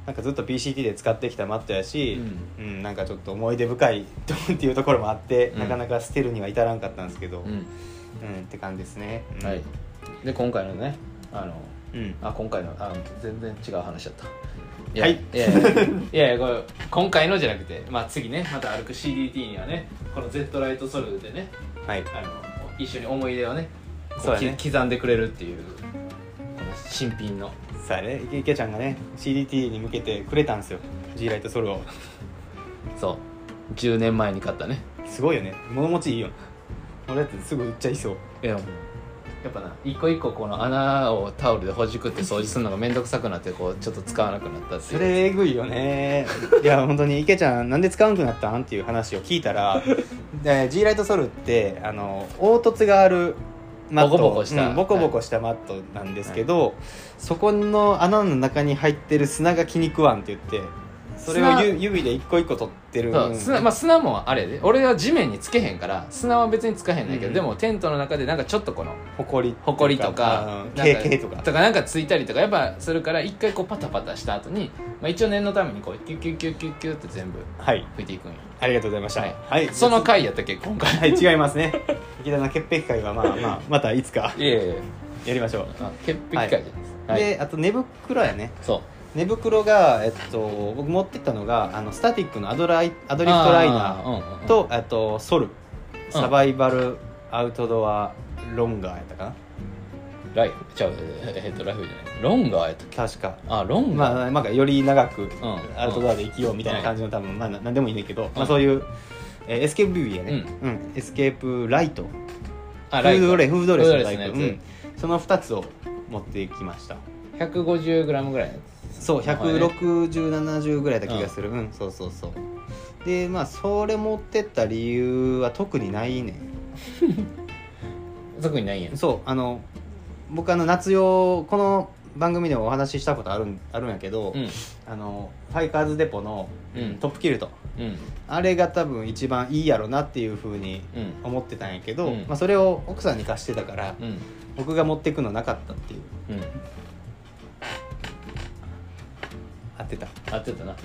[SPEAKER 2] なんかずっと PCT で使ってきたマットやし、
[SPEAKER 1] う
[SPEAKER 2] うんなんかちょっと思い出深い *laughs* っていうところもあって、
[SPEAKER 1] うん
[SPEAKER 2] なかなか捨てるには至らんかったんですけど、う
[SPEAKER 1] うんん
[SPEAKER 2] って感じですね、うん
[SPEAKER 1] はいで今回のねあの
[SPEAKER 2] うん、
[SPEAKER 1] あ今回のあ全然違う話だったいや
[SPEAKER 2] はい
[SPEAKER 1] いやいやいやいやこれ今回のじゃなくて、まあ、次ねまた歩く CDT にはねこの Z ライトソルでね
[SPEAKER 2] はい
[SPEAKER 1] あの一緒に思い出をねこ
[SPEAKER 2] そうやね
[SPEAKER 1] き刻んでくれるっていうこの新品の
[SPEAKER 2] さあね池池ちゃんがね CDT に向けてくれたんですよ G ライトソルを
[SPEAKER 1] そう10年前に買ったね
[SPEAKER 2] すごいよね物持ちいいよ俺だってすぐ売っちゃいそう
[SPEAKER 1] いやもうやっぱな一個一個この穴をタオルでほじくって掃除するのが面倒くさくなってこうちょっと使わなくなったってい
[SPEAKER 2] そうれえぐいよねいや本当に池ちゃんなんで使わなくなったんっていう話を聞いたらで G ライトソルってあの凹凸があるマッ
[SPEAKER 1] ボ
[SPEAKER 2] ト
[SPEAKER 1] コボコした
[SPEAKER 2] うんボコボコしたマットなんですけど、そこの穴の中に入ってる砂が気に食わんって言ってそれを
[SPEAKER 1] 砂
[SPEAKER 2] ゆ指で一個一個取ってる
[SPEAKER 1] そう
[SPEAKER 2] うん
[SPEAKER 1] 砂まあ、砂もあれやで俺は地面につけへんから砂は別につかへんねんけど、
[SPEAKER 2] うん
[SPEAKER 1] でもテントの中でなんかちょっとこの
[SPEAKER 2] ほこり
[SPEAKER 1] ほこりとか
[SPEAKER 2] うん
[SPEAKER 1] なんか
[SPEAKER 2] KK とか
[SPEAKER 1] とかなんかついたりとかやっぱするから一回こうパタパタした後にまあ、一応念のためにこうキュッキュッキュッキュッキュッって全部
[SPEAKER 2] はい
[SPEAKER 1] 拭いていくんよ
[SPEAKER 2] ありがとうございました
[SPEAKER 1] はい
[SPEAKER 2] はい
[SPEAKER 1] その回やったっけ今回
[SPEAKER 2] はい違いますね *laughs* 池田の潔癖会はまあまあまたいつか
[SPEAKER 1] いやいやいや
[SPEAKER 2] やりましょう
[SPEAKER 1] *laughs* あ潔癖回じゃないですか、はい
[SPEAKER 2] であと寝袋やね
[SPEAKER 1] そう
[SPEAKER 2] 寝袋が、えっと、僕持ってったのがあのスタティックのアドライアドリフトライナ
[SPEAKER 1] あうんうんう
[SPEAKER 2] ー
[SPEAKER 1] ん
[SPEAKER 2] とあとソルサバイバルアウトドアロンガーやったかな
[SPEAKER 1] ライフちゃうえっとライフじゃないロンガーやったっけ
[SPEAKER 2] 確か、
[SPEAKER 1] あロンガー、
[SPEAKER 2] まあ、なんかより長く
[SPEAKER 1] ん
[SPEAKER 2] アウトドアで生きようみたいな感じの多分、まあ、ななんでもいいねんだけど、まあ、そういう、えーエスケープビューやね、うんエスケープライト
[SPEAKER 1] あ
[SPEAKER 2] フ
[SPEAKER 1] ライ
[SPEAKER 2] ード
[SPEAKER 1] フ
[SPEAKER 2] ドレフードドレスのタイプ、
[SPEAKER 1] フードドレス
[SPEAKER 2] う
[SPEAKER 1] のや
[SPEAKER 2] ん、その2つを持ってきました
[SPEAKER 1] 150g ぐらいのや
[SPEAKER 2] そう
[SPEAKER 1] はい
[SPEAKER 2] 16070ぐらいだった気がするうん、そうそうそうでまあそれ持ってった理由は特にないね
[SPEAKER 1] つ特にないんや
[SPEAKER 2] んそうあの僕あの夏用この番組でもお話ししたことあるんあるんやけど、
[SPEAKER 1] うん
[SPEAKER 2] あのファイカーズデポの
[SPEAKER 1] うん
[SPEAKER 2] トップキルト、
[SPEAKER 1] うん
[SPEAKER 2] あれが多分一番いいやろなっていうふうに
[SPEAKER 1] うん
[SPEAKER 2] 思ってたんやけど、
[SPEAKER 1] うん
[SPEAKER 2] まあ、それを奥さんに貸してたから、
[SPEAKER 1] うん
[SPEAKER 2] 僕が持ってくのなかったっていう
[SPEAKER 1] うん
[SPEAKER 2] 合ってた *laughs*
[SPEAKER 1] 合ってたな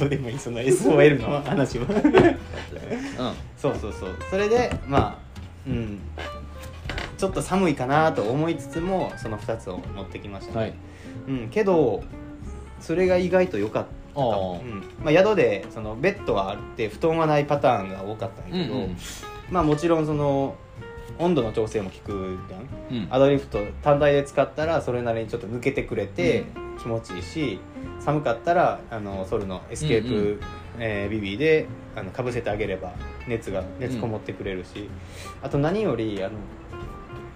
[SPEAKER 2] どうでもいいその SOL の話は
[SPEAKER 1] うん
[SPEAKER 2] そうそうそうそれでまあうんちょっと寒いかなと思いつつもその2つを持ってきました、ね
[SPEAKER 1] はい
[SPEAKER 2] うん、けどそれが意外と良かったかも、
[SPEAKER 1] あ
[SPEAKER 2] う
[SPEAKER 1] ー
[SPEAKER 2] んまあ、宿でそのベッドはあって布団はないパターンが多かった
[SPEAKER 1] う
[SPEAKER 2] んだ
[SPEAKER 1] ん
[SPEAKER 2] けど、まあもちろんその温度の調整も効くじゃん
[SPEAKER 1] うんうん
[SPEAKER 2] アドリフト単体で使ったらそれなりにちょっと抜けてくれて気持ちいいし、寒かったらあのソルのエスケープ、
[SPEAKER 1] うんう
[SPEAKER 2] えービビーであのかぶせてあげれば熱が熱こもってくれるし、あと何よりあの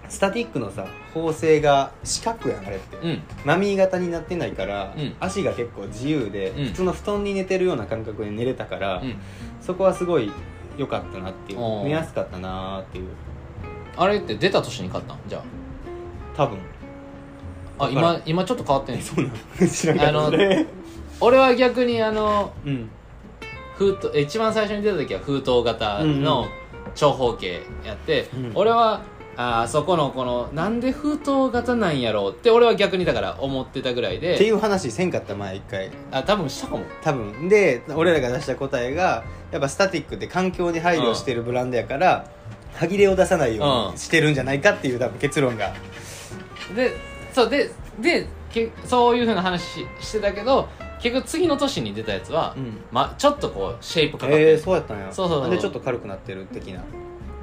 [SPEAKER 2] スタティックのさ縫製が四角やんあれって、
[SPEAKER 1] うん
[SPEAKER 2] マミー型になってないから、
[SPEAKER 1] うん
[SPEAKER 2] 足が結構自由で、
[SPEAKER 1] うん
[SPEAKER 2] 普通の布団に寝てるような感覚で寝れたから、
[SPEAKER 1] うん
[SPEAKER 2] そこはすごい良かったなっていう
[SPEAKER 1] おー
[SPEAKER 2] 寝やすかったなっていう
[SPEAKER 1] あれって出た年に買ったんじゃ
[SPEAKER 2] 多分 *laughs*
[SPEAKER 1] ああ
[SPEAKER 2] わから
[SPEAKER 1] 今今ちょっと変わってん
[SPEAKER 2] え
[SPEAKER 1] の
[SPEAKER 2] そうなの知らんか
[SPEAKER 1] あ
[SPEAKER 2] った
[SPEAKER 1] の
[SPEAKER 2] ね
[SPEAKER 1] 俺は逆にあの
[SPEAKER 2] うん
[SPEAKER 1] 封筒一番最初に出た時は封筒型の長方形やって、
[SPEAKER 2] うん
[SPEAKER 1] 俺はあーそこのこのなんで封筒型なんやろうって俺は逆にだから思ってたぐらい
[SPEAKER 2] ってい
[SPEAKER 1] で
[SPEAKER 2] う話せんかった前一回
[SPEAKER 1] あ多分したかも
[SPEAKER 2] 多分で俺らが出した答えがやっぱスタティックって環境に配慮してるブランドやから、歯切れを出さないよう
[SPEAKER 1] うん
[SPEAKER 2] にしてるんじゃないかっていう多分結論が
[SPEAKER 1] でそうででけそういうふうな話ししてたけど結局次の年に出たやつは、
[SPEAKER 2] うん
[SPEAKER 1] ま、ちょっとこうシェイプかかってる
[SPEAKER 2] えー、そうやったんや
[SPEAKER 1] そうそうそう
[SPEAKER 2] でちょっと軽くなってる的な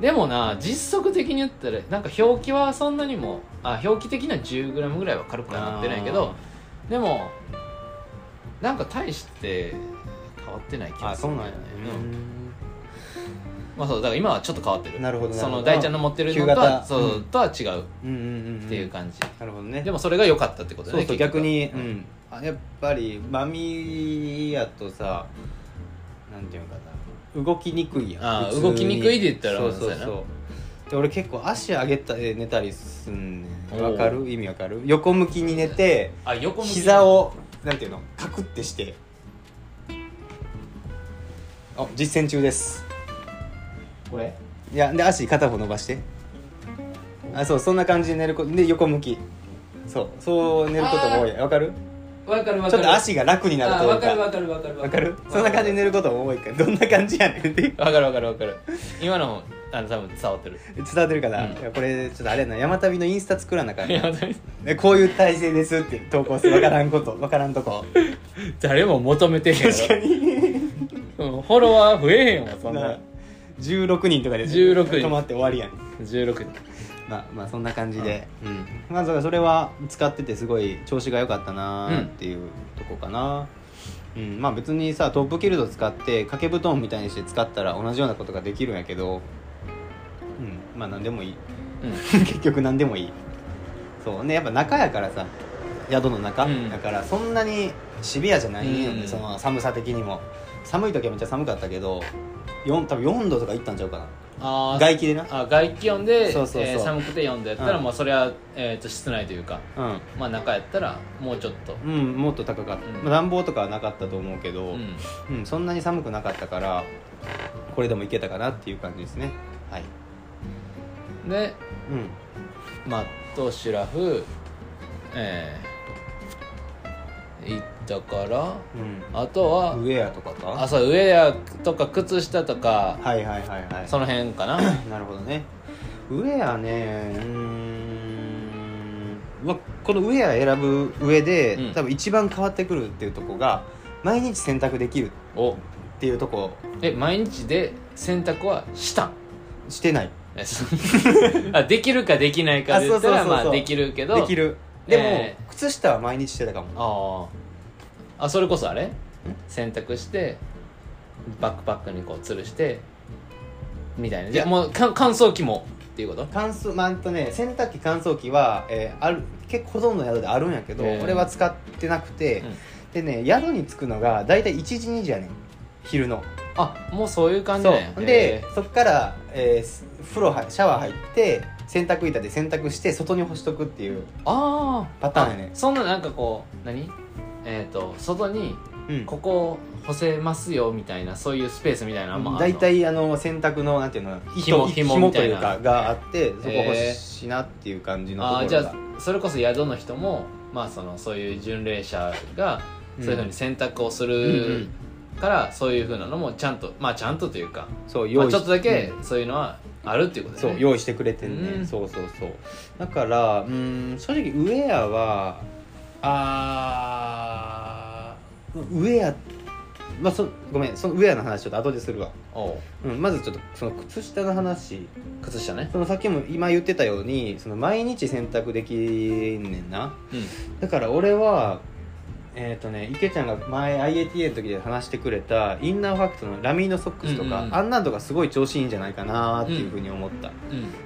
[SPEAKER 1] でもな実測的に言ったらなんか表記はそんなにもあ表記的には 10g ぐらいは軽くはなってないけどでもなんか大して変わってない気が
[SPEAKER 2] あー
[SPEAKER 1] する
[SPEAKER 2] そうん
[SPEAKER 1] だ
[SPEAKER 2] なん
[SPEAKER 1] よ
[SPEAKER 2] や
[SPEAKER 1] ねうんまあそうだから今はちょっと変わってる
[SPEAKER 2] なるほどなる
[SPEAKER 1] そ
[SPEAKER 2] ほど
[SPEAKER 1] の大ちゃんの持ってるのと
[SPEAKER 2] 旧
[SPEAKER 1] は
[SPEAKER 2] 型
[SPEAKER 1] そう、
[SPEAKER 2] うん
[SPEAKER 1] とは違う
[SPEAKER 2] うんうんうんうん
[SPEAKER 1] っていう感じ、
[SPEAKER 2] なるほどね
[SPEAKER 1] でもそれが良かったってことだ
[SPEAKER 2] そう
[SPEAKER 1] ね
[SPEAKER 2] そう
[SPEAKER 1] 結局
[SPEAKER 2] 逆に、うん、あやっぱりマミやとさなんていうのかな動きにくいやん
[SPEAKER 1] あー
[SPEAKER 2] 普通
[SPEAKER 1] 動きにくいで言ったら
[SPEAKER 2] そうそう
[SPEAKER 1] そうや
[SPEAKER 2] そうで俺結構足上げたで寝たりすんね
[SPEAKER 1] お
[SPEAKER 2] ん
[SPEAKER 1] ー
[SPEAKER 2] わかる意味わかる横向きに寝て
[SPEAKER 1] あ横向き
[SPEAKER 2] 膝をなんていうのカクってしてあ実践中です
[SPEAKER 1] これ
[SPEAKER 2] いやで足片方伸ばしてあそうそんな感じで寝ることで横向きそうそう寝ることが多いわかる
[SPEAKER 3] わかるわ
[SPEAKER 2] ち
[SPEAKER 3] か
[SPEAKER 2] ょっ
[SPEAKER 3] る
[SPEAKER 2] と足が楽になる
[SPEAKER 3] あ
[SPEAKER 2] とい
[SPEAKER 3] わ
[SPEAKER 2] う
[SPEAKER 3] かる
[SPEAKER 2] か
[SPEAKER 3] わかるわかる
[SPEAKER 2] わかるそんな感じで寝ることも多いからどんな感じやねんっていう
[SPEAKER 1] *laughs* わかるわかるわかる今のもあの多分伝わってる
[SPEAKER 2] 伝わってるかな、
[SPEAKER 1] うん
[SPEAKER 2] いやこれちょっとあれやな山旅のインスタ作らなあかん
[SPEAKER 1] い
[SPEAKER 2] な
[SPEAKER 1] や本当に
[SPEAKER 2] でこういう体勢ですって投稿するわからんことわからんとこ
[SPEAKER 1] 誰も求めてへんやろ
[SPEAKER 2] 確かに
[SPEAKER 1] うんフォロワー増えへんわそん
[SPEAKER 2] な
[SPEAKER 1] な
[SPEAKER 2] 16人とかです
[SPEAKER 1] 16人
[SPEAKER 2] 止まって終わりやん
[SPEAKER 1] 16人
[SPEAKER 2] まあまあそんな感じで、うんまずはそれは使っててすごい調子が良かったなーっていうとこかな、うんまあ別にさトップキルド使って掛け布団みたいにして使ったら同じようなことができるんやけど、うん、まあ何でもいい *laughs* 結局何でもいいそうねやっぱ中やからさ宿の中、
[SPEAKER 1] うん
[SPEAKER 2] だからそんなにシビアじゃないんよね、
[SPEAKER 1] うん
[SPEAKER 2] その寒さ的にも寒い時はめっちゃ寒かったけど4多分4度とかいったんちゃうか
[SPEAKER 1] あ
[SPEAKER 2] な
[SPEAKER 1] ー
[SPEAKER 2] 外気でな
[SPEAKER 1] あ外気温で
[SPEAKER 2] そうそうそう
[SPEAKER 1] えー寒くて4度やったら、
[SPEAKER 2] うん
[SPEAKER 1] もうそれは、えー、と室内というか、
[SPEAKER 2] うん
[SPEAKER 1] まあ、中やったらもうちょっと、
[SPEAKER 2] うん、もっと高かった、
[SPEAKER 1] うん
[SPEAKER 2] まあ、暖房とかはなかったと思うけ
[SPEAKER 1] う
[SPEAKER 2] ど、うん
[SPEAKER 1] ん、
[SPEAKER 2] そんなに寒くなかったからこれでもいけたかなっていう感じですねはい、
[SPEAKER 1] で
[SPEAKER 2] うん、
[SPEAKER 1] マットシュラフえー行ったからあと
[SPEAKER 2] うん、
[SPEAKER 1] は
[SPEAKER 2] ウェアとかか
[SPEAKER 1] あそうウェアとか靴下とか
[SPEAKER 2] はいはいはいはい
[SPEAKER 1] その辺かな
[SPEAKER 2] なるほどねウェアねうーんうわこのウェア選ぶ上で、
[SPEAKER 1] うん
[SPEAKER 2] 多分一番変わってくるっていうとこが毎日洗濯できるっ
[SPEAKER 1] お
[SPEAKER 2] ていうとこ
[SPEAKER 1] え毎日で洗濯はしたん
[SPEAKER 2] してない
[SPEAKER 1] えそう *laughs* あできるかできないかで言った
[SPEAKER 2] あ
[SPEAKER 1] ら
[SPEAKER 2] そうそう
[SPEAKER 1] ま
[SPEAKER 2] そうそう
[SPEAKER 1] あできるけど
[SPEAKER 2] できるでも、
[SPEAKER 1] え
[SPEAKER 2] 靴下は毎日してたかも
[SPEAKER 1] あああそれこそあれ洗濯してバックパックにこう吊るしてみたいないじ
[SPEAKER 2] や
[SPEAKER 1] ゃもうか乾燥機もっていうこと
[SPEAKER 2] 乾燥まああとね洗濯機乾燥機は、えーある結構ほとんどの宿であるんやけど、
[SPEAKER 1] えー
[SPEAKER 2] 俺は使ってなくて、でね宿に着くのが大体1時2時やねん昼の
[SPEAKER 1] あもうそういう感じ
[SPEAKER 2] そう
[SPEAKER 1] なんや
[SPEAKER 2] で
[SPEAKER 1] へ
[SPEAKER 2] そっから、えーす風呂はシャワー入って洗濯板で洗濯して外に干しとくっていう
[SPEAKER 1] ーああ
[SPEAKER 2] パターンやね
[SPEAKER 1] そんななんかこう何えっ、と外に
[SPEAKER 2] うん
[SPEAKER 1] ここ干せますよみたいなそういうスペースみたいなのもあん
[SPEAKER 2] 大
[SPEAKER 1] の
[SPEAKER 2] 体あの洗濯のなんていうの
[SPEAKER 1] 紐
[SPEAKER 2] 糸
[SPEAKER 1] 紐み
[SPEAKER 2] と
[SPEAKER 1] た
[SPEAKER 2] い
[SPEAKER 1] いうな
[SPEAKER 2] かがあってそこ
[SPEAKER 1] えー
[SPEAKER 2] 干しなっていう感じのところ
[SPEAKER 1] あ
[SPEAKER 2] が、
[SPEAKER 1] ーじゃあそれこそ宿の人もまあそのそういう巡礼者がそういうふうに洗濯をす
[SPEAKER 2] うんうん
[SPEAKER 1] るから、そういうふうなのもちゃんとまあちゃんとというか、
[SPEAKER 2] そう
[SPEAKER 1] ま
[SPEAKER 2] 用
[SPEAKER 1] あ、
[SPEAKER 2] 意し
[SPEAKER 1] ちょっとだけそういうのはあるっていうこと
[SPEAKER 2] そ
[SPEAKER 1] だよ
[SPEAKER 2] う
[SPEAKER 1] ね、
[SPEAKER 2] 用意してくれてんね、
[SPEAKER 1] うん
[SPEAKER 2] そうそうそうだからうーん正直ウェアはあーウェアまあそごめんそのウェアの話ちょっと後でするわ、
[SPEAKER 1] おう
[SPEAKER 2] うん、まずちょっとその靴下の話
[SPEAKER 1] 靴下ね
[SPEAKER 2] そのさっきも今言ってたようにその毎日洗濯できんねんな
[SPEAKER 1] うん
[SPEAKER 2] だから俺はえっ、とね池ちゃんが前 IATA の時で話してくれたインナーファクトのラミーのソックスとか、
[SPEAKER 1] うんうんうん
[SPEAKER 2] あんなんとかすごい調子いいんじゃないかなっていうふうに思った、
[SPEAKER 1] うん
[SPEAKER 2] っ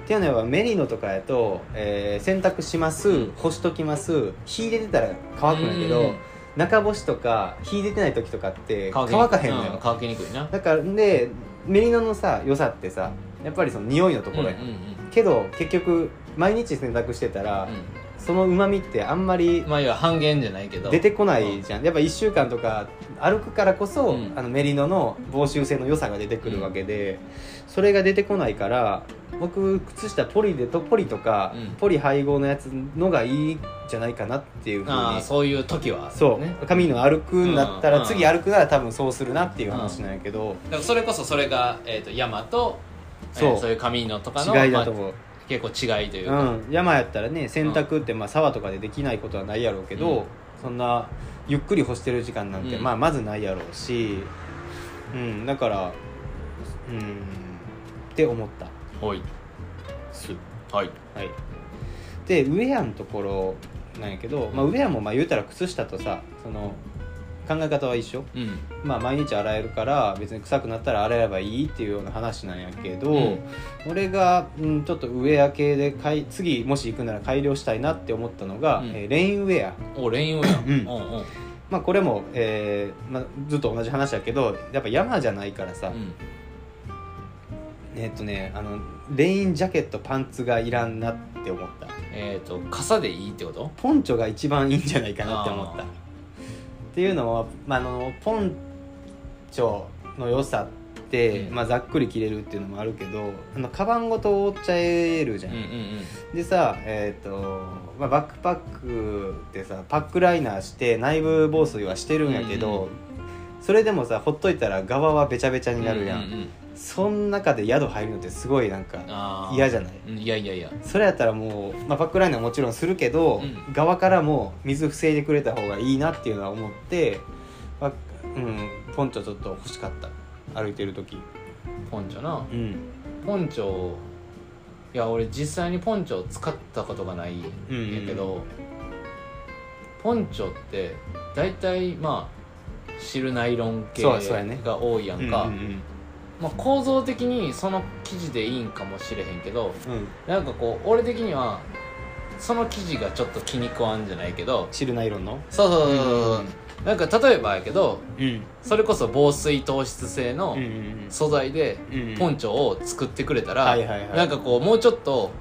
[SPEAKER 2] ていうのはメリノとかやと、えー洗濯します干しときます火入れてたら乾くんやけ
[SPEAKER 1] う
[SPEAKER 2] ど
[SPEAKER 1] ん
[SPEAKER 2] 中干しとか火出てない時とかって乾
[SPEAKER 1] きにくい
[SPEAKER 2] かへんのよ、
[SPEAKER 1] う乾きにくいな
[SPEAKER 2] だからでメリノのさ良さってさやっぱりその匂いのところや、
[SPEAKER 1] うんうん
[SPEAKER 2] けど結局毎日洗濯してたら、
[SPEAKER 1] う
[SPEAKER 2] そのうまみってあんまり
[SPEAKER 1] んまあ要は半減じゃないけど
[SPEAKER 2] 出てこないじゃんやっぱ1週間とか歩くからこそ、
[SPEAKER 1] うん
[SPEAKER 2] あのメリノの防臭性の良さが出てくるわけで、それが出てこないから僕靴下ポリでとポリとか、
[SPEAKER 1] うん
[SPEAKER 2] ポリ配合のやつのがいいんじゃないかなっていうふう
[SPEAKER 1] ああ
[SPEAKER 2] に
[SPEAKER 1] そういう時は
[SPEAKER 2] そう、
[SPEAKER 1] ね
[SPEAKER 2] 髪の歩くんだった
[SPEAKER 1] う
[SPEAKER 2] ら
[SPEAKER 1] ん
[SPEAKER 2] 次歩くなら多分そうするなっていう話なんやけど、
[SPEAKER 1] だからそれこそそれが、えー、と山と
[SPEAKER 2] そう
[SPEAKER 1] えーそういう紙のとかの
[SPEAKER 2] 違いだと思う、
[SPEAKER 1] まあ結構違いというか、
[SPEAKER 2] うん、山やったらね洗濯ってまあ沢とかでできないことはないやろうけ
[SPEAKER 1] う
[SPEAKER 2] ど、
[SPEAKER 1] ん
[SPEAKER 2] そんなゆっくり干してる時間なんて、
[SPEAKER 1] うん
[SPEAKER 2] まあ、まずないやろうし、うん、だからうんって思った
[SPEAKER 1] はい
[SPEAKER 2] す
[SPEAKER 1] はい
[SPEAKER 2] はいでウェアのところなんやけど、まあ、ウェアもまあ言うたら靴下とさその考え方は一緒、
[SPEAKER 1] うん
[SPEAKER 2] まあ、毎日洗えるから別に臭くなったら洗えばいいっていうような話なんやけど、
[SPEAKER 1] うん
[SPEAKER 2] 俺が、うん、ちょっとウェア系で買い次もし行くなら改良したいなって思ったのが、
[SPEAKER 1] うん
[SPEAKER 2] えーレインウェア、
[SPEAKER 1] おレインウェア、
[SPEAKER 2] うん
[SPEAKER 1] うんうん
[SPEAKER 2] まあ、これも、えーまあ、ずっと同じ話やけどやっぱ山じゃないからさ、
[SPEAKER 1] うん
[SPEAKER 2] えーっとねあのレインジャケットパンツがいらんなって思った
[SPEAKER 1] えっ、と傘でいいってこと
[SPEAKER 2] ポンチョが一番いいんじゃないかなって思った
[SPEAKER 1] あー
[SPEAKER 2] っていうのは、まあ、あのポンチョの良さて、
[SPEAKER 1] うん
[SPEAKER 2] まあ、ざっくり切れるっていうのもあるけどあのカバンごと覆っちゃえるじゃん、
[SPEAKER 1] うんうん
[SPEAKER 2] でさえっ、と、まあ、バックパックってさパックライナーして内部防水はしてるんやけど、
[SPEAKER 1] うん
[SPEAKER 2] それでもさほっといたら側はべちゃべちゃ
[SPEAKER 1] う
[SPEAKER 2] に
[SPEAKER 1] ん
[SPEAKER 2] なるやん、
[SPEAKER 1] うううん
[SPEAKER 2] その中で宿入るのってすごいなんか
[SPEAKER 1] あー
[SPEAKER 2] 嫌じゃない
[SPEAKER 1] うんいやいやいや
[SPEAKER 2] それやったらもう、まあ、バックライナーもちろんするけど、
[SPEAKER 1] うん
[SPEAKER 2] 側からも水防いでくれた方がいいなっていうのは思って、まあうん、ポンチョちょっと欲しかった歩いてる時
[SPEAKER 1] ポンチョな
[SPEAKER 2] うん
[SPEAKER 1] ポンチョいや俺実際にポンチョを使ったことがないんやけど、ポンチョって大体まあ汁ナイロン系
[SPEAKER 2] そうそうやね
[SPEAKER 1] が多いやんか、
[SPEAKER 2] うんうん
[SPEAKER 1] まあ、構造的にその生地でいいんかもしれへんけど
[SPEAKER 2] うんうん
[SPEAKER 1] なんかこう俺的にはその生地がちょっと気に食わんじゃないけど
[SPEAKER 2] シルナイロンの
[SPEAKER 1] そうそうそうそう、なんか例えばやけど
[SPEAKER 2] うん
[SPEAKER 1] それこそ防水糖質性の
[SPEAKER 2] うんうん
[SPEAKER 1] 素材で
[SPEAKER 2] うん
[SPEAKER 1] ポンチョを作ってくれたら、
[SPEAKER 2] はいはいはい
[SPEAKER 1] なんかこうもうちょっと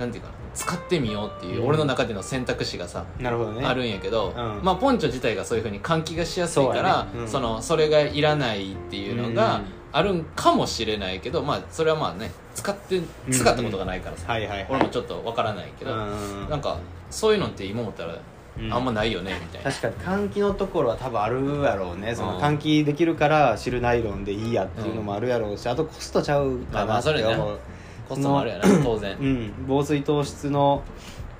[SPEAKER 1] なんていうかな使ってみようっていう、
[SPEAKER 2] うん
[SPEAKER 1] 俺の中での選択肢がさ、
[SPEAKER 2] なるほどね
[SPEAKER 1] あるんやけど、
[SPEAKER 2] うん
[SPEAKER 1] まあ、ポンチョ自体がそういうふうに換気がしやすいから
[SPEAKER 2] そうや
[SPEAKER 1] そ,、
[SPEAKER 2] ねうん
[SPEAKER 1] のそれがいらないっていうの
[SPEAKER 2] う
[SPEAKER 1] が
[SPEAKER 2] ん
[SPEAKER 1] あるんかもしれないけど、まあ、それはまあね使って
[SPEAKER 2] うん
[SPEAKER 1] 使ったことがないからさ、
[SPEAKER 2] はいはいはい
[SPEAKER 1] 俺もちょっとわからないけど、
[SPEAKER 2] うん
[SPEAKER 1] なんかそういうのって今思ったら
[SPEAKER 2] うん
[SPEAKER 1] あんまないよねみたいな、
[SPEAKER 2] 確かに換気のところは多分あるやろうねそ
[SPEAKER 1] うん
[SPEAKER 2] の換気できるからシルナイロンでいいやっていうのもあるやろうし、あとコストちゃう
[SPEAKER 1] まあま
[SPEAKER 2] かな
[SPEAKER 1] あ
[SPEAKER 2] って
[SPEAKER 1] それね
[SPEAKER 2] 思う、
[SPEAKER 1] コストもあるやな当然
[SPEAKER 2] う、ん、防水糖質の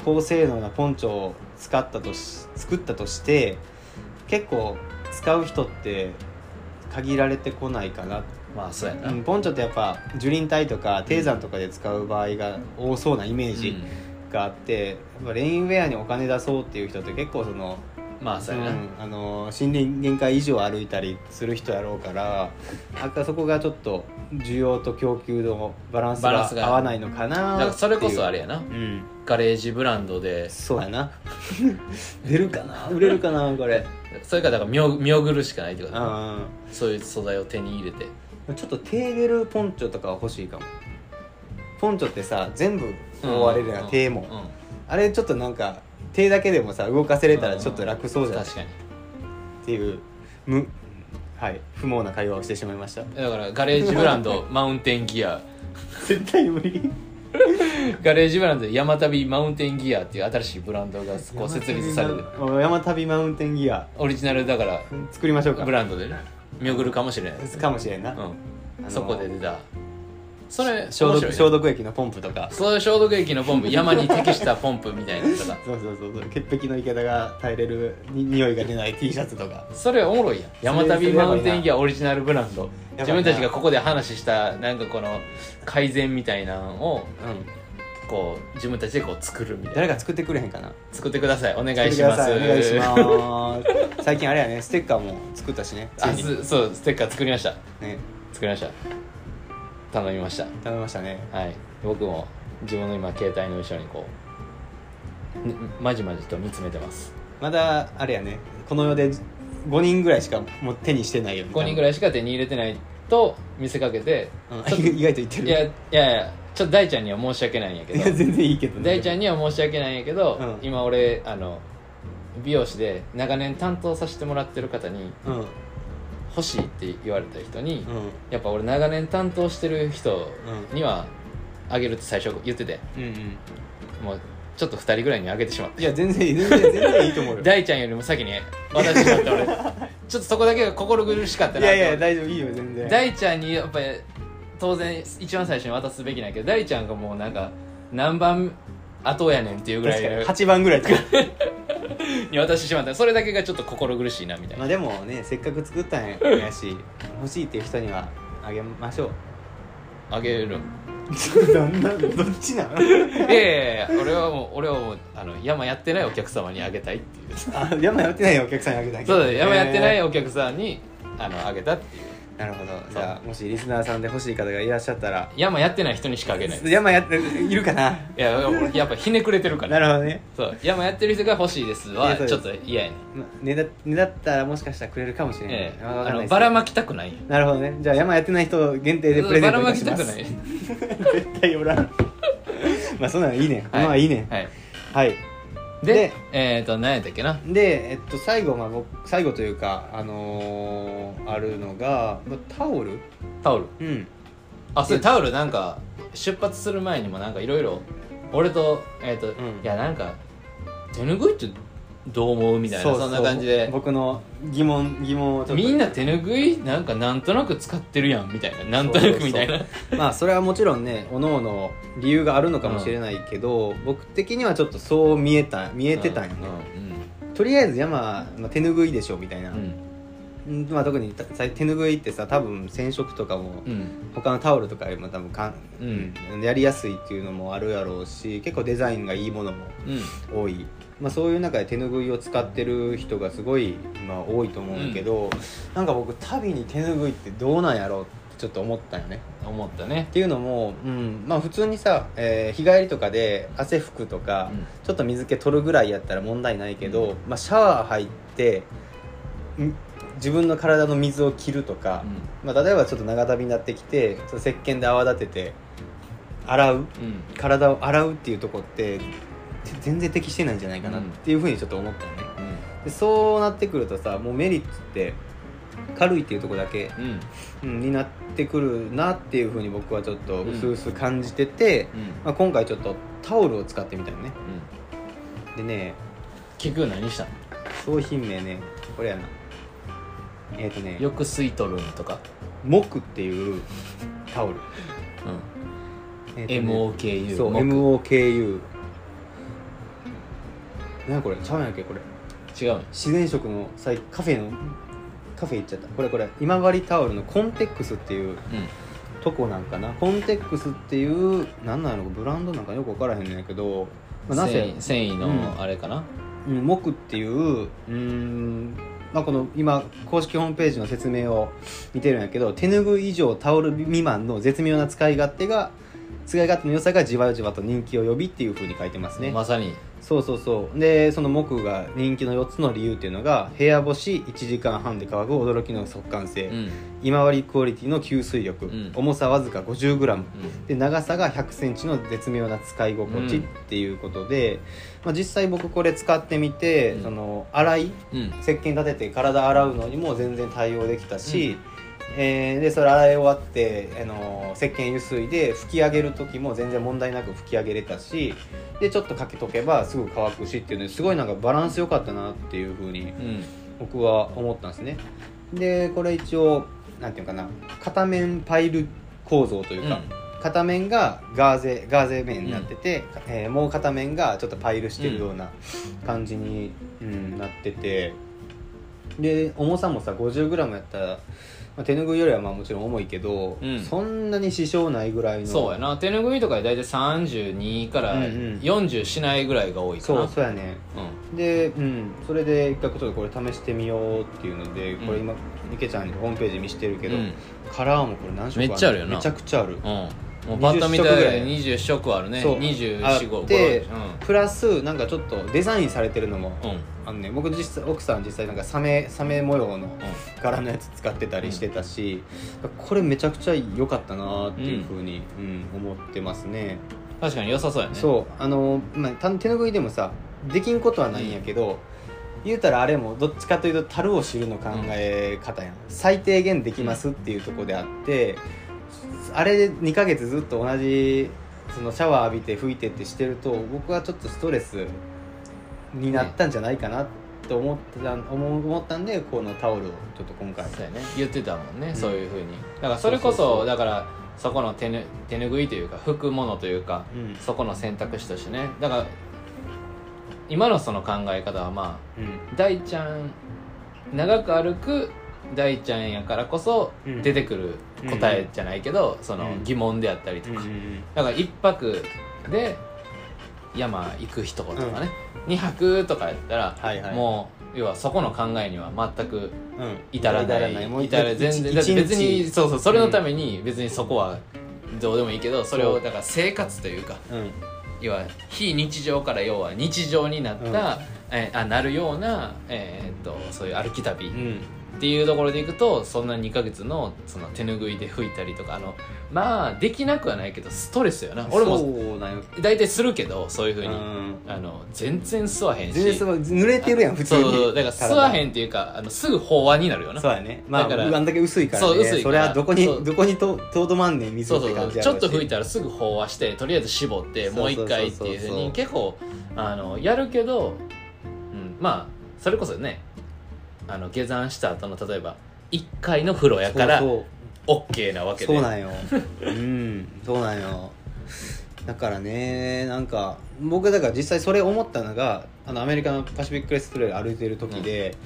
[SPEAKER 2] 高性能なポンチョを使ったとし作ったとして結構使う人って限られてこないかな、
[SPEAKER 1] まあそうやな、
[SPEAKER 2] う
[SPEAKER 1] うん
[SPEAKER 2] ん、ポンチョってやっぱ樹林帯とか低山とかで使う場合が多そうなイメージがあって、やっぱレインウェアにお金出そうっていう人って結構その
[SPEAKER 1] まあそうやな、
[SPEAKER 2] うんあの森林限界以上歩いたりする人やろうからなんかそこがちょっと需要と供給のバランス
[SPEAKER 1] バラン
[SPEAKER 2] が
[SPEAKER 1] スが
[SPEAKER 2] 合わないのかな
[SPEAKER 1] だからそれこそあれ
[SPEAKER 2] や
[SPEAKER 1] やな
[SPEAKER 2] うん
[SPEAKER 1] ガレージブランドで
[SPEAKER 2] そうやな出るかな売れるかなこれ
[SPEAKER 1] それかだから見送見送るしかないってこ
[SPEAKER 2] う
[SPEAKER 1] とだなんそういう素材を手に入れて
[SPEAKER 2] ちょっとテーベルポンチョとかは欲しいかもポンチョってさ全部覆われるやん、
[SPEAKER 1] うん
[SPEAKER 2] 手も、
[SPEAKER 1] うん
[SPEAKER 2] あれちょっとなんか手だけでもさ動かせれたらちょっと楽そうじゃない、
[SPEAKER 1] 確かに
[SPEAKER 2] っていうむはい不毛な会話をしてしまいました
[SPEAKER 1] だからガレージブラン
[SPEAKER 2] *laughs*
[SPEAKER 1] ドマウンテンギア
[SPEAKER 2] 絶対無理
[SPEAKER 1] ガレージブランドで山旅マウンテンギアっていう新しいブランドがこう設立される
[SPEAKER 2] 山旅マウンテンギア
[SPEAKER 1] オリジナルだから
[SPEAKER 2] 作りましょうか
[SPEAKER 1] ブランドでね見送るかもしれないです、
[SPEAKER 2] かもしれんな、
[SPEAKER 1] うん
[SPEAKER 2] のー
[SPEAKER 1] そこで出たそれ
[SPEAKER 2] 消
[SPEAKER 1] 面
[SPEAKER 2] 毒
[SPEAKER 1] 白いね
[SPEAKER 2] 消毒液のポンプとか
[SPEAKER 1] そういう消毒液のポンプ山に適したポンプみたいなのと
[SPEAKER 2] *laughs*
[SPEAKER 1] か
[SPEAKER 2] そうそうそうそう潔癖の言い方が耐えれるに匂いが出ない T シャツとか
[SPEAKER 1] それおもろいやん山旅マウンテンギアオリジナルブランド
[SPEAKER 2] やばいな
[SPEAKER 1] 自分たちがここで話したなんかこの改善みたいなのを
[SPEAKER 2] うん
[SPEAKER 1] こう自分たちでこう作るみたい
[SPEAKER 2] 誰
[SPEAKER 1] な
[SPEAKER 2] か作ってくれへんかな
[SPEAKER 1] 作ってくださいお願
[SPEAKER 2] 作っ
[SPEAKER 1] い
[SPEAKER 2] て
[SPEAKER 1] し
[SPEAKER 2] く
[SPEAKER 1] ま
[SPEAKER 2] だ
[SPEAKER 1] す
[SPEAKER 2] さいお願いします最近あれやねステッカーも作ったしね
[SPEAKER 1] あ
[SPEAKER 2] ついに
[SPEAKER 1] すそうステッカー作りました
[SPEAKER 2] ね
[SPEAKER 1] 作りました頼みまし
[SPEAKER 2] 頼みましたね
[SPEAKER 1] たはい僕も自分の今携帯の後ろにこうにまじまじと見つめてます
[SPEAKER 2] まだあれやねこの世で5人ぐらいしかもう手にしてないよ
[SPEAKER 1] 5人ぐらいしか手に入れてないと見せかけて
[SPEAKER 2] い、うん *laughs* 意外と言ってる
[SPEAKER 1] いやいやいやちょっと大ちゃんには申し訳ないんやけ
[SPEAKER 2] いや
[SPEAKER 1] ど
[SPEAKER 2] 全然いいけどね
[SPEAKER 1] 大ちゃんには申し訳ないんやけど、
[SPEAKER 2] うん
[SPEAKER 1] 今俺あの美容師で長年担当させてもらってる方に
[SPEAKER 2] うんうん
[SPEAKER 1] 欲しいって言われた人に、やっぱ俺長年担当してる人にはあげるって最初言ってて
[SPEAKER 2] うんうん
[SPEAKER 1] もうちょっと2人ぐらいにあげてしまっ
[SPEAKER 2] いや全然いい全然全然いいと思うよ
[SPEAKER 1] た *laughs* 大ちゃんよりも先に渡してしまった俺ちょっとそこだけが心苦しかった
[SPEAKER 2] い
[SPEAKER 1] な
[SPEAKER 2] やいや
[SPEAKER 1] と
[SPEAKER 2] 大丈夫いいよ全然
[SPEAKER 1] 大ちゃんにやっぱり当然一番最初に渡すべきなんやけど大ちゃんがもうなんか何番後やねんっていうぐら
[SPEAKER 2] 確か
[SPEAKER 1] い
[SPEAKER 2] に8番ぐらい作る
[SPEAKER 1] に渡してしまったそれだけがちょっと心苦しいなみたい
[SPEAKER 2] ま
[SPEAKER 1] な
[SPEAKER 2] あでもねせっかく作ったんやし欲しいっていう人にはあげま
[SPEAKER 1] *laughs*
[SPEAKER 2] しょう
[SPEAKER 1] あげるん
[SPEAKER 2] なんなんどっちなん
[SPEAKER 1] いやいやいや俺はもう俺はもうあの山やってないお客様にあげたいっていう
[SPEAKER 2] *laughs* あ山やってないお客さんにあげたけ
[SPEAKER 1] そうだね山やってない
[SPEAKER 2] よ、
[SPEAKER 1] お客さんにあのあげたっていう
[SPEAKER 2] なるほどじゃあもしリスナーさんで欲しい方がいらっしゃったら
[SPEAKER 1] 山やってない人にしかあげないい
[SPEAKER 2] 山やっているかな
[SPEAKER 1] や俺やっぱひねくれてるか
[SPEAKER 2] な
[SPEAKER 1] ら
[SPEAKER 2] るほどね
[SPEAKER 1] そう山やってる人が欲しいです
[SPEAKER 2] い
[SPEAKER 1] は
[SPEAKER 2] やそう
[SPEAKER 1] ち
[SPEAKER 2] で
[SPEAKER 1] ょっ
[SPEAKER 2] す
[SPEAKER 1] と嫌やねん
[SPEAKER 2] まねだねだったらもしかしたらくれるかもしれない、
[SPEAKER 1] ええ
[SPEAKER 2] あわか
[SPEAKER 1] あ
[SPEAKER 2] んない
[SPEAKER 1] の
[SPEAKER 2] です
[SPEAKER 1] ばらまきたくない
[SPEAKER 2] なるほどねじゃあ山やってない人限定でプレゼ
[SPEAKER 1] ば
[SPEAKER 2] ン
[SPEAKER 1] ら
[SPEAKER 2] トい
[SPEAKER 1] まき
[SPEAKER 2] たしたま
[SPEAKER 1] く
[SPEAKER 2] す
[SPEAKER 1] ない
[SPEAKER 2] *laughs*
[SPEAKER 1] *laughs*
[SPEAKER 2] 絶対おらんまあそんなのいいねん、まあいいねん
[SPEAKER 1] はい
[SPEAKER 2] はい
[SPEAKER 1] で
[SPEAKER 2] で
[SPEAKER 1] えっ、と何やったっけな
[SPEAKER 2] で、えっと、最後、まあ、僕最後というか、あのーあるのが、まあ、タオル、
[SPEAKER 1] タオル
[SPEAKER 2] うん、
[SPEAKER 1] あそれタオルなんか出発する前にもなんかいろいろ俺とえっ、と、
[SPEAKER 2] ん
[SPEAKER 1] いやなんか手ぬぐいってどう思うみたいな
[SPEAKER 2] う
[SPEAKER 1] そう
[SPEAKER 2] うん
[SPEAKER 1] な感じで
[SPEAKER 2] 僕の疑問疑問をちょっと
[SPEAKER 1] みんな手ぬぐいなんかなんとなく使ってるやんみたいななんとなくみたいな
[SPEAKER 2] まあそれはもちろんね各々の理由があるのかもしれないけど、僕的にはちょっとそう見えた見えてたんよね、とりあえず山、まあ、手拭いでしょみたいな、
[SPEAKER 1] うんうん
[SPEAKER 2] うんまあ、特にたさ手拭いってさ多分染色とかも
[SPEAKER 1] うん
[SPEAKER 2] 他のタオルとかよりも多分かん、
[SPEAKER 1] うん
[SPEAKER 2] やりやすいっていうのもあるやろうし結構デザインがいいものも
[SPEAKER 1] うん
[SPEAKER 2] 多い、まあ、そういう中で手拭いを使ってる人がすごい、まあ、多いと思うんやけど、なんか僕旅に手拭いってどうなんやろうってちょっと思ったよね
[SPEAKER 1] 思ったね
[SPEAKER 2] っていうのも、うんまあ、普通にさ、えー日帰りとかで汗拭くとか、
[SPEAKER 1] うん
[SPEAKER 2] ちょっと水気取るぐらいやったら問題ないけど、まあ、シャワー入ってん自分の体の水を切るとか、まあ、例えばちょっと長旅になってきてちょっと石鹸で泡立てて洗う
[SPEAKER 1] うんうん
[SPEAKER 2] 体を洗うっていうとこってて全然適してないんじゃないかなっていうふうにちょっと思ったよね、でそうなってくるとさもうメリットって軽いっていうとこだけ
[SPEAKER 1] うんうん
[SPEAKER 2] うんになってくるなっていうふうに僕はちょっと
[SPEAKER 1] うん
[SPEAKER 2] 薄々感じてて、
[SPEAKER 1] うん
[SPEAKER 2] まあ、今回ちょっとタオルを使ってみたのね
[SPEAKER 1] うん
[SPEAKER 2] でね
[SPEAKER 1] 結局何したの
[SPEAKER 2] 商品名ねこれやなえっ、とね
[SPEAKER 1] よく吸い取るんとか、
[SPEAKER 2] 「木」っていうタオル、えーとね
[SPEAKER 1] MOKU
[SPEAKER 2] そう
[SPEAKER 1] 木
[SPEAKER 2] MOKU 何これちゃうんやっけこれ
[SPEAKER 1] 違う
[SPEAKER 2] 自然食のさいカフェのカフェ行っちゃったこれこれ今治タオルのコンテックスっていうとこなんかなコンテックスっていう何なんやろブランドなんかよく分からへんねんけど、
[SPEAKER 1] う
[SPEAKER 2] ま
[SPEAKER 1] ん、
[SPEAKER 2] あ、な
[SPEAKER 1] 繊
[SPEAKER 2] ぜ
[SPEAKER 1] 維繊維
[SPEAKER 2] うん
[SPEAKER 1] のあれかな、
[SPEAKER 2] うん木っていううーん、まあ、この今公式ホームページの説明を見てるんやけど手拭い以上タオル未満の絶妙な使い勝手が使い勝手の良さがじわじわと人気を呼びっていうふうに書いてますね、
[SPEAKER 1] まさに
[SPEAKER 2] そうそうそうでその木が人気の4つの理由っていうのが部屋干し1時間半で乾く驚きの速乾性、
[SPEAKER 1] うんうん
[SPEAKER 2] 今治クオリティの吸水力、
[SPEAKER 1] うん
[SPEAKER 2] 重さわずか 50g で長さが1 0 0ンチの絶妙な使い心地
[SPEAKER 1] う
[SPEAKER 2] っ
[SPEAKER 1] ん
[SPEAKER 2] ていうことで、まあ、実際僕これ使ってみて、
[SPEAKER 1] うん
[SPEAKER 2] その洗い
[SPEAKER 1] うん
[SPEAKER 2] 石鹸立てて体洗うのにも全然対応できたし、えーでそれ洗い終わって、あの石鹸湯水で拭き上げる時も全然問題なく拭き上げれたしでちょっとかけとけばすぐ乾くしっていうのですごいなんかバランス良かったなっていうふうに
[SPEAKER 1] うん
[SPEAKER 2] 僕は思ったんですねでこれ一応なんていうかな片面パイル構造というか、片面がガーゼガーゼ面になってて、えーもう片面がちょっとパイルしてるような感じに、うんなっててで重さもさ 50g やったら、まあ、手拭いよりはまあもちろん重いけど、
[SPEAKER 1] うん
[SPEAKER 2] そんなに支障ないぐらいの
[SPEAKER 1] そうやな手ぬぐいとかで大体32から
[SPEAKER 2] うんうん
[SPEAKER 1] 40しないぐらいが多いかな、
[SPEAKER 2] そ
[SPEAKER 1] うん
[SPEAKER 2] うそうやねで、うん、それで一回ちょっとこれ試してみようっていうのでこれ今、池ちゃんにホームページ見してるけど、
[SPEAKER 1] うん
[SPEAKER 2] カラーもこれ何色
[SPEAKER 1] めっちゃあるよな
[SPEAKER 2] めちゃくちゃある
[SPEAKER 1] うんもうパッと見ただけで
[SPEAKER 2] 20
[SPEAKER 1] 20色あるね
[SPEAKER 2] そうあ
[SPEAKER 1] 2455
[SPEAKER 2] って
[SPEAKER 1] う
[SPEAKER 2] プラスなんかちょっとデザインされてるのも
[SPEAKER 1] んうん
[SPEAKER 2] あのね僕実際奥さん実際なんかサメサメ模様の柄のやつ使ってたりしてたし、これめちゃくちゃ良かったなっていうふうに、うん思ってますね
[SPEAKER 1] 確かに良さそうやね
[SPEAKER 2] そうあの、まあ、た手拭いでもさできんことはないんやけど、言うたらあれもどっちかというと樽を知るの考え方やん、最低限できますっていうところであって、あれで2ヶ月ずっと同じそのシャワー浴びて拭いてってしてると僕はちょっとストレスになったんじゃないかなと思ってた思思ったんでこのタオルをちょっと今回
[SPEAKER 1] そうやね言ってたもんね、
[SPEAKER 2] ん
[SPEAKER 1] そういうふうにだからそれこそ
[SPEAKER 2] そうそうそう
[SPEAKER 1] だからそこの手ぬ手ぬぐいというか拭くものというか
[SPEAKER 2] うん
[SPEAKER 1] そこの選択肢としてねだから今のその考え方はま
[SPEAKER 2] うん
[SPEAKER 1] あ大ちゃん長く歩く大ちゃんやからこそ
[SPEAKER 2] うん
[SPEAKER 1] 出てくる答えじゃないけど、そうの
[SPEAKER 2] ん
[SPEAKER 1] 疑問であったりと
[SPEAKER 2] うん
[SPEAKER 1] か、
[SPEAKER 2] うん
[SPEAKER 1] だから1泊で山行く人とかね、2泊とかやったら、
[SPEAKER 2] はいはい
[SPEAKER 1] もう要はそこの考えには全く
[SPEAKER 2] うん
[SPEAKER 1] 至らない
[SPEAKER 2] もう
[SPEAKER 1] 至らない全然
[SPEAKER 2] 一
[SPEAKER 1] だって別
[SPEAKER 2] 一
[SPEAKER 1] に
[SPEAKER 2] 日
[SPEAKER 1] そうそうそれのために別にそこはどうでもいいけどそれ
[SPEAKER 2] そ
[SPEAKER 1] を
[SPEAKER 2] う
[SPEAKER 1] だから生活というか
[SPEAKER 2] うん
[SPEAKER 1] 要は非日常から要は日常になった、えーあなるような、えーっとそういう歩き旅
[SPEAKER 2] うん
[SPEAKER 1] っていうところでいくとそんな2ヶ月のその手拭いで拭いたりとかあのまあできなくはないけどストレスよな俺も
[SPEAKER 2] そうなんよ
[SPEAKER 1] 大体するけどそういうふうに、
[SPEAKER 2] うん
[SPEAKER 1] あの全然吸わへんし
[SPEAKER 2] 全然すごい濡れてるやん普通に
[SPEAKER 1] そうそうだから吸わへんっていうかあのすぐ飽和になるよな
[SPEAKER 2] そうやねまあ
[SPEAKER 1] だから
[SPEAKER 2] あんだけ薄いからね
[SPEAKER 1] そう薄いから
[SPEAKER 2] れはどこに
[SPEAKER 1] そう
[SPEAKER 2] どこにととどまんねん水
[SPEAKER 1] そ
[SPEAKER 2] っ
[SPEAKER 1] うそ
[SPEAKER 2] て
[SPEAKER 1] うそう
[SPEAKER 2] 感じや
[SPEAKER 1] ちょっと吹い
[SPEAKER 2] た
[SPEAKER 1] たらすぐ飽和してとりあえず絞ってもう一回っていうふう
[SPEAKER 2] そうそうそうそう
[SPEAKER 1] に結構あのやるけど、うん、まあそれこそねあの下山した後の例えば1回の風呂やから
[SPEAKER 2] そう
[SPEAKER 1] OK なわ
[SPEAKER 2] そ
[SPEAKER 1] け
[SPEAKER 2] う
[SPEAKER 1] で
[SPEAKER 2] そうなんようんそうなんよだからねなんか僕だから実際それ思ったのがあのアメリカのパシフィックレストレイル歩いてる時で、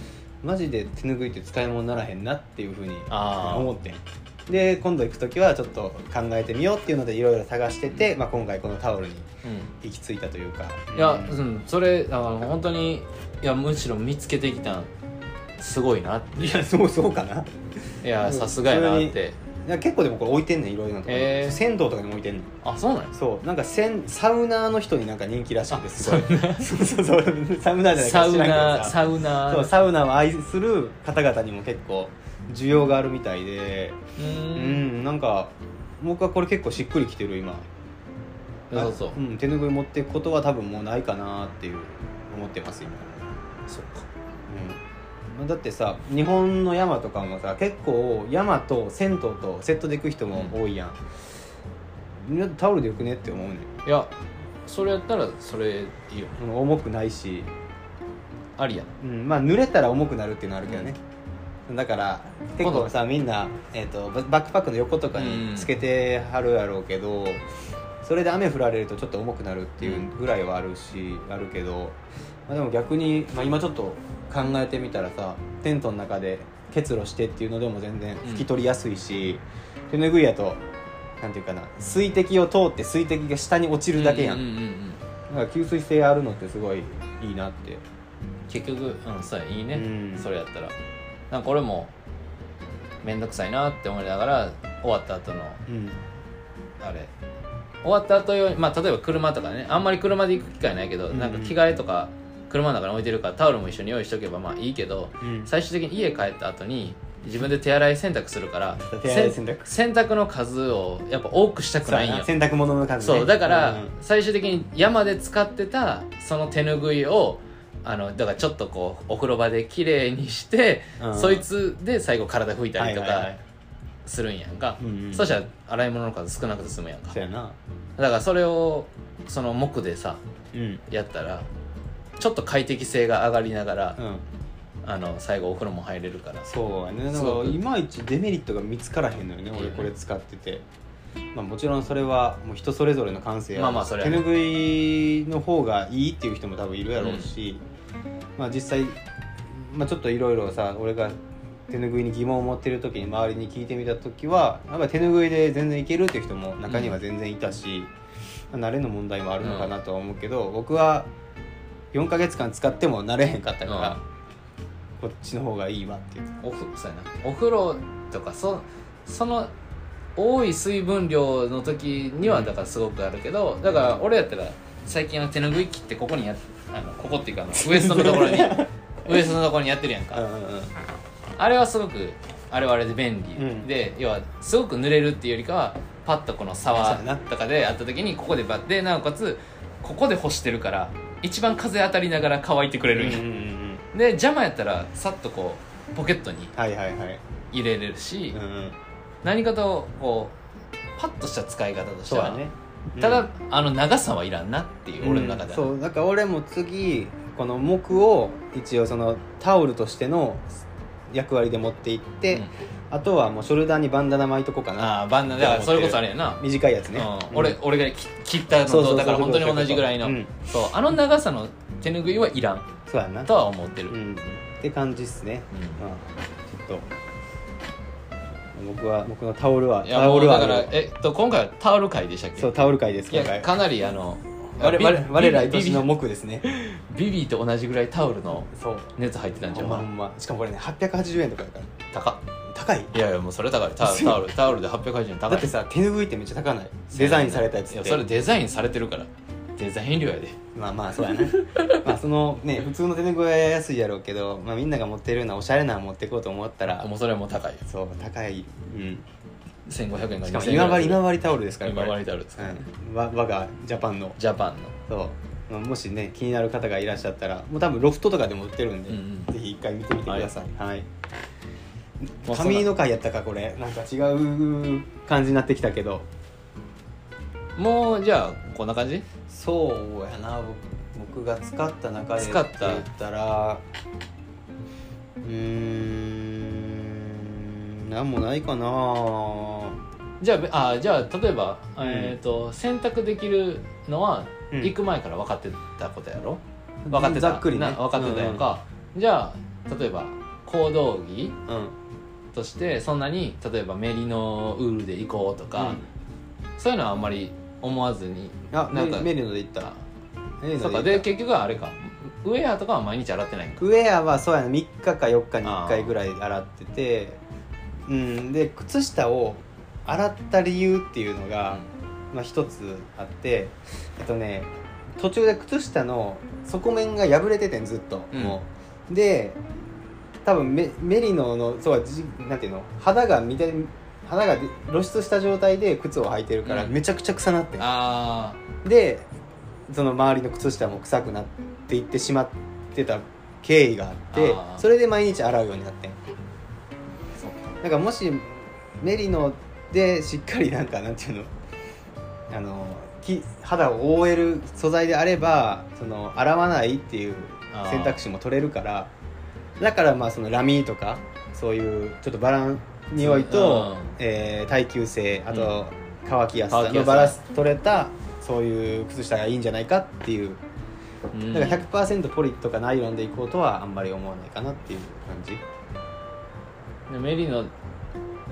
[SPEAKER 2] マジで手拭いって使い物にならへんなっていうふうに
[SPEAKER 1] あー
[SPEAKER 2] 思ってんで今度行く時はちょっと考えてみようっていうのでいろいろ探してて、まあ、今回このタオルに
[SPEAKER 1] うん
[SPEAKER 2] 行き着いたというか
[SPEAKER 1] いや、
[SPEAKER 2] うん
[SPEAKER 1] うん、それあの本当にいやむしろ見つけてきたんすごいなって
[SPEAKER 2] いやそうそうかない
[SPEAKER 1] やさすがやなって
[SPEAKER 2] いや結構でもこれ置いてんねんいろいろなとこに、
[SPEAKER 1] へー
[SPEAKER 2] 銭湯とかにも置いてんねん
[SPEAKER 1] あそうなんです
[SPEAKER 2] そうなんかせんサウナーの人になんか人気らしいんですすごい
[SPEAKER 1] あ
[SPEAKER 2] そうそうそうサウナーじゃない
[SPEAKER 1] サウ
[SPEAKER 2] 知らん
[SPEAKER 1] ナ
[SPEAKER 2] けどさ
[SPEAKER 1] サウナ
[SPEAKER 2] そうサウナを愛する方々にも結構需要があるみたいで
[SPEAKER 1] う
[SPEAKER 2] うん、
[SPEAKER 1] ん
[SPEAKER 2] なんか僕はこれ結構しっくりきてる今
[SPEAKER 1] そうそう
[SPEAKER 2] うん、手拭い持っていくことは多分もうないかなっていう思ってます今
[SPEAKER 1] そっか
[SPEAKER 2] うん、だってさ日本の山とかもさ結構山と銭湯とセットで行く人も多いやん、みんなタオルでよくねって思うねん
[SPEAKER 1] いやそれやったらそれいいよ
[SPEAKER 2] その重くないし、
[SPEAKER 1] ありや
[SPEAKER 2] うん、まあ濡れたら重くなるっていうのはあるけどね、だから結構さみんな、えー、とババックパックの横とかにつけてはるやろうけど、それで雨降られるとちょっと重くなるっていうぐらいはあるし、あるけど、まあ、でも逆に、まあ、今ちょっと考えてみたらさテントの中で結露してっていうのでも全然拭き取りやすいし、手拭いやとなんていうかな水滴を通って水滴が下に落ちるだけやん,、
[SPEAKER 1] うんうんうんうん
[SPEAKER 2] だから吸水性あるのってすごいいいなって。
[SPEAKER 1] 結局うんそうやいいね、
[SPEAKER 2] うん
[SPEAKER 1] それやったらなんか俺も面倒くさいなって思いながら終わった後の
[SPEAKER 2] うん
[SPEAKER 1] あれ終わった後用にまあ例えば車とかねあんまり車で行く機会ないけど、
[SPEAKER 2] うん
[SPEAKER 1] なんか着替えとか車の中に置いてるからタオルも一緒に用意しとけばまあいいけど
[SPEAKER 2] うん
[SPEAKER 1] 最終的に家帰った後に自分で手洗い洗濯するから
[SPEAKER 2] 手洗い洗濯
[SPEAKER 1] せん洗濯の数をやっぱ多くしたくないんよ
[SPEAKER 2] 洗濯物の数ね
[SPEAKER 1] そうだから
[SPEAKER 2] ん
[SPEAKER 1] 最終的に山で使ってたその手拭いをあのだからちょっとこうお風呂場で綺麗にして、
[SPEAKER 2] うん
[SPEAKER 1] そいつで最後体拭いたりと
[SPEAKER 2] はいはいは
[SPEAKER 1] か
[SPEAKER 2] い
[SPEAKER 1] するんやんか、
[SPEAKER 2] うんうん
[SPEAKER 1] そしたら洗い物の数少なくて済むやんか
[SPEAKER 2] そうやな
[SPEAKER 1] だからそれをその木でさ
[SPEAKER 2] うん
[SPEAKER 1] やったらちょっと快適性が上がりながら
[SPEAKER 2] う、ん
[SPEAKER 1] あの最後お風呂も入れるから
[SPEAKER 2] そうやねなん
[SPEAKER 1] す
[SPEAKER 2] か
[SPEAKER 1] ごく
[SPEAKER 2] いまいちデメリットが見つからへんのよね
[SPEAKER 1] うん
[SPEAKER 2] 俺これ使っててまあもちろんそれはもう人それぞれの感性やろ
[SPEAKER 1] ま
[SPEAKER 2] うし
[SPEAKER 1] あまあそれは
[SPEAKER 2] 手
[SPEAKER 1] ね
[SPEAKER 2] ぬぐいの方がいいっていう人も多分いるやろうし、まあ実際、まあ、ちょっといろいろさ俺が手ぬぐいに疑問を持ってる時に周りに聞いてみた時はやっぱ手ぬぐいで全然いけるっていう人も中には全然いたし、まあ慣れの問題もあるのかなとは思うけど、僕は4ヶ月間使っても慣れへんかったから、こっちの方がいいわっていう。
[SPEAKER 1] おふそうやなお風呂とかそその多い水分量の時にはだからすごくあるけどだから俺やったら最近は手拭い切ってここにやあのここっていう
[SPEAKER 2] *laughs*
[SPEAKER 1] かあのウエストのところにウエストのところにやってるやん
[SPEAKER 2] うん
[SPEAKER 1] か
[SPEAKER 2] うんうん
[SPEAKER 1] あれはすごくあれはあれで便利、
[SPEAKER 2] うん
[SPEAKER 1] で要はすごく濡れるっていうよりかはパッとこの
[SPEAKER 2] そう
[SPEAKER 1] 沢
[SPEAKER 2] やな
[SPEAKER 1] とかであった時にここでバッてなおかつここで干してるから一番風当たりながら乾いてくれるんや、
[SPEAKER 2] うんうんうん
[SPEAKER 1] で邪魔やったらさっとこうポケットに
[SPEAKER 2] はいはいはい、
[SPEAKER 1] 入れれるし、
[SPEAKER 2] うんうん、
[SPEAKER 1] 何かとこうパッとした使い方として
[SPEAKER 2] そう
[SPEAKER 1] は
[SPEAKER 2] だね
[SPEAKER 1] ただ、あの長さはいらんなっていう、
[SPEAKER 2] うん
[SPEAKER 1] 俺の中では
[SPEAKER 2] そうだから俺も次この木を一応そのタオルとしての役割で持っていって、
[SPEAKER 1] うん
[SPEAKER 2] あとはもうショルダーにバンダナ巻いとこうかな
[SPEAKER 1] ああバンナだからそれこそあれやな、
[SPEAKER 2] 短いやつね、
[SPEAKER 1] うん、俺俺がき切ったの
[SPEAKER 2] そうそうそ
[SPEAKER 1] とだ
[SPEAKER 2] う
[SPEAKER 1] から本当に同じぐらいの
[SPEAKER 2] うん
[SPEAKER 1] そうあの長さの手拭いはいらん
[SPEAKER 2] そうやな
[SPEAKER 1] とは思ってる、
[SPEAKER 2] う
[SPEAKER 1] うん
[SPEAKER 2] ん、って感じっすね、うん、ちょっと僕は僕のタオルはい
[SPEAKER 1] や
[SPEAKER 2] タ
[SPEAKER 1] も
[SPEAKER 2] オ
[SPEAKER 1] う
[SPEAKER 2] ル
[SPEAKER 1] だ
[SPEAKER 2] は
[SPEAKER 1] からえっと今回はタオル会でしたっけ
[SPEAKER 2] そうタオル会です
[SPEAKER 1] い
[SPEAKER 2] 今回
[SPEAKER 1] やかなりあの
[SPEAKER 2] 我
[SPEAKER 1] ビ
[SPEAKER 2] 我我ら
[SPEAKER 1] ビビ
[SPEAKER 2] 愛しの木ですね
[SPEAKER 1] ビビと同じぐらいタオルの
[SPEAKER 2] そう
[SPEAKER 1] 熱入ってたんじ
[SPEAKER 2] ほ
[SPEAKER 1] ゃ
[SPEAKER 2] んまほ
[SPEAKER 1] ん
[SPEAKER 2] んましかもこれね880円とかだから
[SPEAKER 1] 高っ
[SPEAKER 2] 高い
[SPEAKER 1] いやいやもうそれ高いタオルタオルタオルで880円高い
[SPEAKER 2] だってさ手拭いってめっちゃ高ないデザインされたやつ
[SPEAKER 1] い
[SPEAKER 2] っ
[SPEAKER 1] や
[SPEAKER 2] て
[SPEAKER 1] それデザインされてるから
[SPEAKER 2] 手
[SPEAKER 1] デザイン料やで
[SPEAKER 2] まあまあそうやな *laughs* まあそのね普通の手ぬぐいは安いやろうけど、まあ、みんなが持ってるようなおしゃれなの持ってこうと思ったら
[SPEAKER 1] あもうそれはもう高いよ
[SPEAKER 2] そう高い、うん、
[SPEAKER 1] 1500円が
[SPEAKER 2] しかも
[SPEAKER 1] 2000円
[SPEAKER 2] 今治今治タオルですから
[SPEAKER 1] 今
[SPEAKER 2] これ
[SPEAKER 1] 治タオルですからね
[SPEAKER 2] うん、わ我がジャパンの
[SPEAKER 1] ジャパンの
[SPEAKER 2] そうまあもしね気になる方がいらっしゃったらもう多分ロフトとかでも売ってるんで、
[SPEAKER 1] うんうん
[SPEAKER 2] ぜひ一回見てみてください、はい
[SPEAKER 1] まあそんな
[SPEAKER 2] 紙の回やったかこれなんか違う感じになってきたけど
[SPEAKER 1] もうじゃあこんな感じ
[SPEAKER 2] そうやな僕僕が使った中で
[SPEAKER 1] 使った
[SPEAKER 2] て言ったらうーんなんもないかな
[SPEAKER 1] じゃああじゃあ例えば、えー、と選択できるのは、
[SPEAKER 2] うん
[SPEAKER 1] 行く前から分かってたことやろ分かってた
[SPEAKER 2] ざっくりね
[SPEAKER 1] な分かってたやんか、じゃあ例えば行動着
[SPEAKER 2] うん
[SPEAKER 1] としてそんなに例えばメリノウールで行こうとか、
[SPEAKER 2] うん
[SPEAKER 1] そういうのはあんまり思わずに
[SPEAKER 2] あ
[SPEAKER 1] な
[SPEAKER 2] なんんか
[SPEAKER 1] か
[SPEAKER 2] メリノで行ったメリノ
[SPEAKER 1] そうか
[SPEAKER 2] 行
[SPEAKER 1] で
[SPEAKER 2] った
[SPEAKER 1] 結局はあれかウェアとかは毎日洗ってないんか
[SPEAKER 2] ウェアはそうやな3日か4日に1回ぐらい洗っててうんで靴下を洗った理由っていうのが、まあ、一つあってえっとね途中で靴下の底面が破れててんずっと、
[SPEAKER 1] うん
[SPEAKER 2] もうで多分メメリノのそうじなんていうの肌が見て肌がで露出した状態で靴を履いてるから、
[SPEAKER 1] うん
[SPEAKER 2] めちゃくちゃ臭なってん
[SPEAKER 1] あ
[SPEAKER 2] でその周りの靴下も臭くなっていってしまってた経緯があって
[SPEAKER 1] あー
[SPEAKER 2] それで毎日洗うようになってん
[SPEAKER 1] あそうか
[SPEAKER 2] だからもしメリノでしっかりなんかなんていうのあのき肌を覆える素材であればその洗わないっていう
[SPEAKER 1] あー
[SPEAKER 2] 選択肢も取れるからだからまあそのラミーとかそういうちょっとバランスにおいと、
[SPEAKER 1] うん
[SPEAKER 2] えー耐久性あと乾きやす
[SPEAKER 1] 乾
[SPEAKER 2] さ
[SPEAKER 1] きやすさ
[SPEAKER 2] のバランス取れたそういう靴下がいいんじゃないかっていう
[SPEAKER 1] うん
[SPEAKER 2] だから100%ポリとかナイロンでいこうとはあんまり思わないかなっていう感じ。
[SPEAKER 1] でメリノ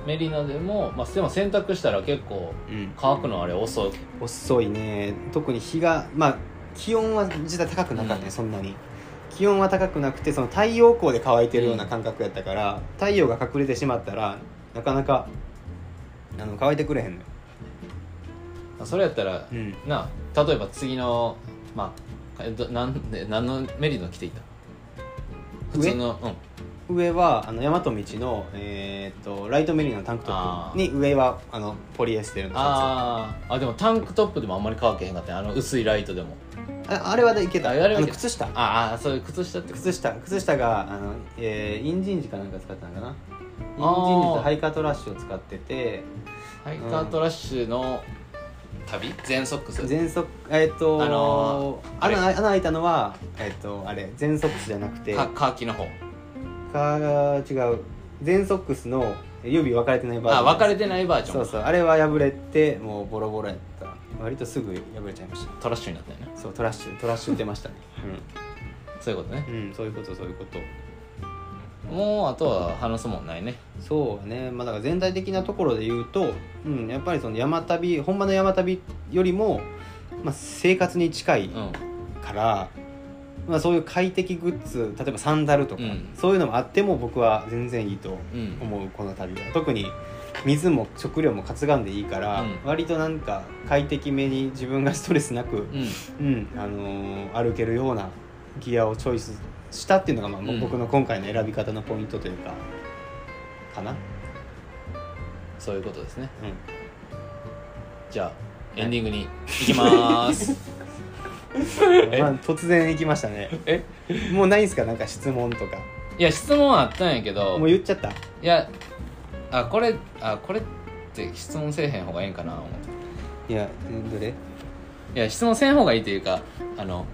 [SPEAKER 1] メリノでも、まあ、でも洗濯したら結構
[SPEAKER 2] うん
[SPEAKER 1] 乾くのあれ遅い
[SPEAKER 2] 遅いね特に日がまあ気温は実際高くなかったね、
[SPEAKER 1] うん
[SPEAKER 2] そんなに気温は高くなくてその太陽光で乾いてるような感覚やったから、太陽が隠れてしまったらなかなかあの乾いてくれへんのよ、
[SPEAKER 1] それやったら、なあ例えば次のまあえどなんで何のメリノ着ていた普
[SPEAKER 2] 上
[SPEAKER 1] 通のうん
[SPEAKER 2] 上はあの大和道の、えーっとライトメリーのタンクトップに上はあのポリエステルのシャ
[SPEAKER 1] あーあでもタンクトップでもあんまり乾けへんかったねあの薄いライトでも
[SPEAKER 2] ツああれはでいけた
[SPEAKER 1] あ
[SPEAKER 2] あ
[SPEAKER 1] あれはいけた
[SPEAKER 2] の靴下
[SPEAKER 1] ああそういう靴下って
[SPEAKER 2] 靴下靴下があの、えーインジンジかなんか使ったのかなインジンジ
[SPEAKER 1] あー
[SPEAKER 2] とハイカートラッシュを使ってて
[SPEAKER 1] ハイカートラッシュの旅全ソックス
[SPEAKER 2] 全足えっ、と
[SPEAKER 1] あのーあれ
[SPEAKER 2] 穴穴開いたのはえっ、とあれ全ソックスじゃなくて
[SPEAKER 1] か
[SPEAKER 2] か
[SPEAKER 1] カーキの方
[SPEAKER 2] が違う全ソックスの指分かれてないバージョ
[SPEAKER 1] あ
[SPEAKER 2] ン
[SPEAKER 1] 分かれてないバージョン
[SPEAKER 2] そうそうあれは破れてもうボロボロやった割とすぐ破れちゃいました
[SPEAKER 1] トラッシュになったよね
[SPEAKER 2] そうトラッシュトラッシュ出ましたね
[SPEAKER 1] そう *laughs* いうことね
[SPEAKER 2] うん、うん、そういうことそういうこと
[SPEAKER 1] もうあとは話すもんないね
[SPEAKER 2] そうねまあだから全体的なところで言うと、うん、やっぱりその山旅本場の山旅よりも、まあ、生活に近い、
[SPEAKER 1] うん
[SPEAKER 2] から、まあ、そういう快適グッズ例えばサンダルとか、
[SPEAKER 1] うん
[SPEAKER 2] そういうのもあっても僕は全然いいと
[SPEAKER 1] うん
[SPEAKER 2] 思うこの旅は特に水も食料も担がんでいいから、
[SPEAKER 1] うん
[SPEAKER 2] 割となんか快適めに自分がストレスなく、
[SPEAKER 1] うん
[SPEAKER 2] うんあのー歩けるようなギアをチョイスしたっていうのが、まあ
[SPEAKER 1] うん
[SPEAKER 2] 僕の今回の選び方のポイントというかかな、うん、
[SPEAKER 1] そういうことですねじゃあエンディングに行きまー
[SPEAKER 2] *laughs*
[SPEAKER 1] す
[SPEAKER 2] まあ、突然行きましたね
[SPEAKER 1] え
[SPEAKER 2] もうないんすかなんか質問とか
[SPEAKER 1] いや質問あったんやけど
[SPEAKER 2] もう言っちゃった
[SPEAKER 1] いやあこれあこれって質問せえへん方がいいんかな思って
[SPEAKER 2] いやどれ
[SPEAKER 1] いや質問せん方がいいというかあの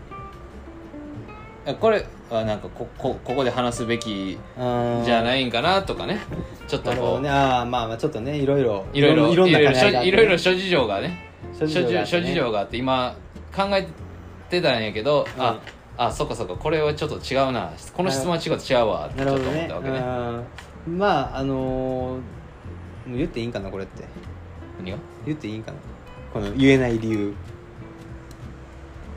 [SPEAKER 1] いやこれはなんかここここで話すべきじゃ
[SPEAKER 2] い
[SPEAKER 1] ないんかなとかねちょっと
[SPEAKER 2] なるほ
[SPEAKER 1] こ
[SPEAKER 2] ど
[SPEAKER 1] う
[SPEAKER 2] ねあーまあまあちょっとねいろいろ
[SPEAKER 1] いろいろ
[SPEAKER 2] いろんな兼ね合いがあってね
[SPEAKER 1] いろいろ諸事情がね
[SPEAKER 2] 諸
[SPEAKER 1] 諸
[SPEAKER 2] 事情があ
[SPEAKER 1] 事諸
[SPEAKER 2] ってね
[SPEAKER 1] 事情があって今考えてたんやけど、
[SPEAKER 2] うん
[SPEAKER 1] ああそっかそっかこれはちょっと違うなこの質問は違うと違うわって
[SPEAKER 2] な
[SPEAKER 1] ち
[SPEAKER 2] る
[SPEAKER 1] ょっと
[SPEAKER 2] ほど
[SPEAKER 1] 思っ
[SPEAKER 2] ね
[SPEAKER 1] たわけね
[SPEAKER 2] うんまああのーもう言っていいんかなこれって
[SPEAKER 1] 何が
[SPEAKER 2] 言っていいんかなこの言えない理由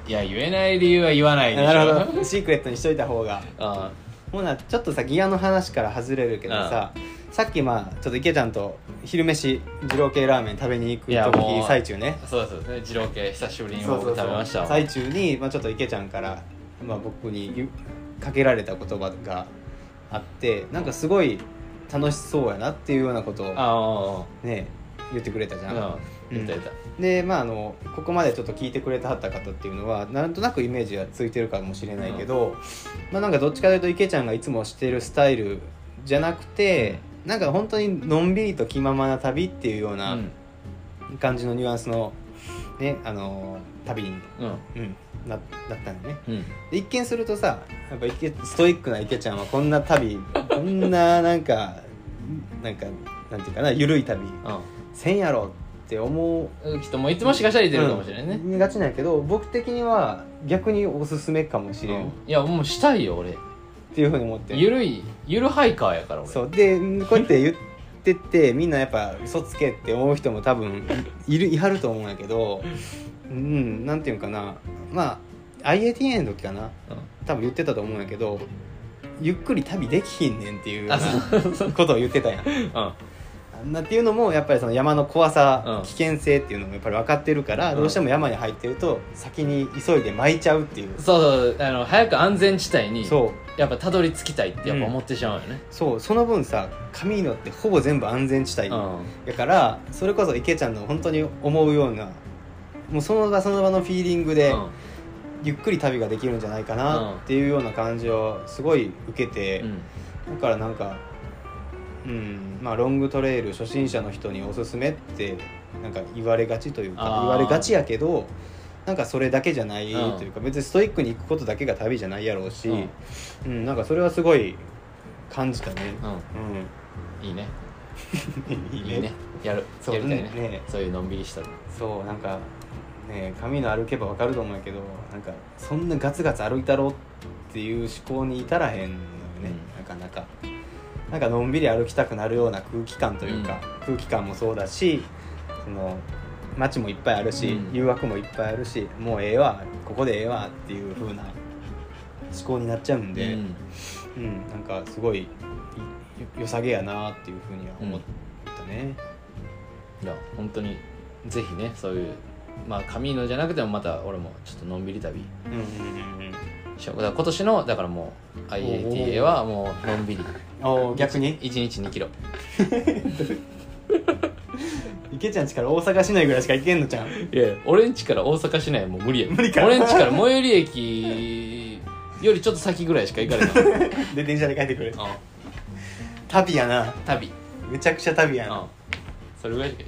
[SPEAKER 1] いや言えない理由は言わないでしょ
[SPEAKER 2] なる *laughs* ほどシークレットにしといた方が
[SPEAKER 1] あ
[SPEAKER 2] ほなちょっとさギアの話から外れるけどささっきまあちょっと池ちゃんと昼飯二郎系ラーメン食べに行く
[SPEAKER 1] いやも
[SPEAKER 2] 時
[SPEAKER 1] う
[SPEAKER 2] 最中ね
[SPEAKER 1] そうですね二郎系久しぶりに僕食べましたわ
[SPEAKER 2] 最中に、まあ、ちょっと池ちゃんから、まあ、僕に言うかけられた言葉があってなんかすごい楽しそうやなっていうようなことを
[SPEAKER 1] あ
[SPEAKER 2] ね言ってくれたじゃん、
[SPEAKER 1] あうん言った言った
[SPEAKER 2] でまああのここまでちょっと聞いてくれてはった方っていうのはなんとなくイメージはついてるかもしれないけど、まあなんかどっちかというと池ちゃんがいつもしてるスタイルじゃなくて、なんか本当にのんびりと気ままな旅っていうような
[SPEAKER 1] うん
[SPEAKER 2] 感じのニュアンスのねあの旅に、
[SPEAKER 1] うん
[SPEAKER 2] うん、なだったんだね
[SPEAKER 1] うん
[SPEAKER 2] で一見するとさやっぱ池ストイックな池ちゃんはこんな旅こんななんかなんかなんていうかな緩い旅せんやろって思う
[SPEAKER 1] うんきっともういつもしかしたらいてるかもしれないね、
[SPEAKER 2] うん見がちなんやけど僕的には逆におすすめかもしれ
[SPEAKER 1] う
[SPEAKER 2] ん、っ
[SPEAKER 1] んいやもうしたいよ俺
[SPEAKER 2] ていうふうに思って
[SPEAKER 1] ゆるいゆるハイカーやから俺
[SPEAKER 2] そうでこうやって言ってって *laughs* みんなやっぱ嘘つけって思う人も多分いるいはると思うんやけどうんなんていうんかなまあ IATA の時かな多分言ってたと思うんやけどゆっくり旅できひんねんっていうよう
[SPEAKER 1] あそ
[SPEAKER 2] なことを言ってたやん
[SPEAKER 1] うんうん
[SPEAKER 2] なっていうのもやっぱりその山の怖さ、
[SPEAKER 1] うん
[SPEAKER 2] 危険性っていうのもやっぱり分かってるから、どうしても山に入ってると先に急いで巻いちゃうっていう
[SPEAKER 1] そうそうあの早く安全地帯に
[SPEAKER 2] そう
[SPEAKER 1] やっぱたどり着きたいってやっぱ思ってしまうよね、
[SPEAKER 2] そうその分さカミーノってほぼ全部安全地帯
[SPEAKER 1] う
[SPEAKER 2] や
[SPEAKER 1] ん
[SPEAKER 2] からそれこそ池ちゃんの本当に思うようなもうその場その場のフィーリングで
[SPEAKER 1] うん
[SPEAKER 2] ゆっくり旅ができるんじゃないか
[SPEAKER 1] うん
[SPEAKER 2] なっていうような感じをすごい受けて、
[SPEAKER 1] うん
[SPEAKER 2] だからなんかうんまあロングトレイル初心者の人におすすめってなんか言われがちというか
[SPEAKER 1] あー
[SPEAKER 2] 言われがちやけどなんかそれだけじゃない
[SPEAKER 1] うん
[SPEAKER 2] というか、別にストイックに行くことだけが旅じゃないやろうし、
[SPEAKER 1] う
[SPEAKER 2] うん
[SPEAKER 1] ん
[SPEAKER 2] なんかそれはすごい感じたね。
[SPEAKER 1] うんいいね *laughs*
[SPEAKER 2] うん、
[SPEAKER 1] いいねやる
[SPEAKER 2] そう
[SPEAKER 1] やりたいね
[SPEAKER 2] うんね
[SPEAKER 1] そういうのんびりしたの
[SPEAKER 2] そうなんかね髪の歩けばわかると思うんやけどなんかそんなガツガツ歩いたろっていう思考に至らへんのよね、なかなかなんかのんびり歩きたくなるような空気感というか、空気感もそうだしその街もいっぱいあるし、
[SPEAKER 1] うん
[SPEAKER 2] 誘惑もいっぱいあるしもうええわここでええわっていう風な思考になっちゃうんで、
[SPEAKER 1] う
[SPEAKER 2] うん
[SPEAKER 1] ん
[SPEAKER 2] なんかすごいいよさげやなっていう風には思ったね。
[SPEAKER 1] いや本当にぜひねそういうまあ紙のじゃなくてもまた俺もちょっとのんびり旅
[SPEAKER 2] うんうんうんうん
[SPEAKER 1] しようだから今年のだからもう IATA はもうのんびり
[SPEAKER 2] おー逆に
[SPEAKER 1] 1日2キロ
[SPEAKER 2] 池ちゃんちから大阪市内ぐらいしか行けんのじゃん
[SPEAKER 1] いや俺んちから大阪市内はもう無理や
[SPEAKER 2] 無理か
[SPEAKER 1] 俺んちから最寄り駅よりちょっと先ぐらいしか行かれ *laughs* ない
[SPEAKER 2] で電車で帰ってくる
[SPEAKER 1] うん
[SPEAKER 2] 旅やな
[SPEAKER 1] 旅うん
[SPEAKER 2] めちゃくちゃ旅やなな
[SPEAKER 1] それぐらいしか
[SPEAKER 2] る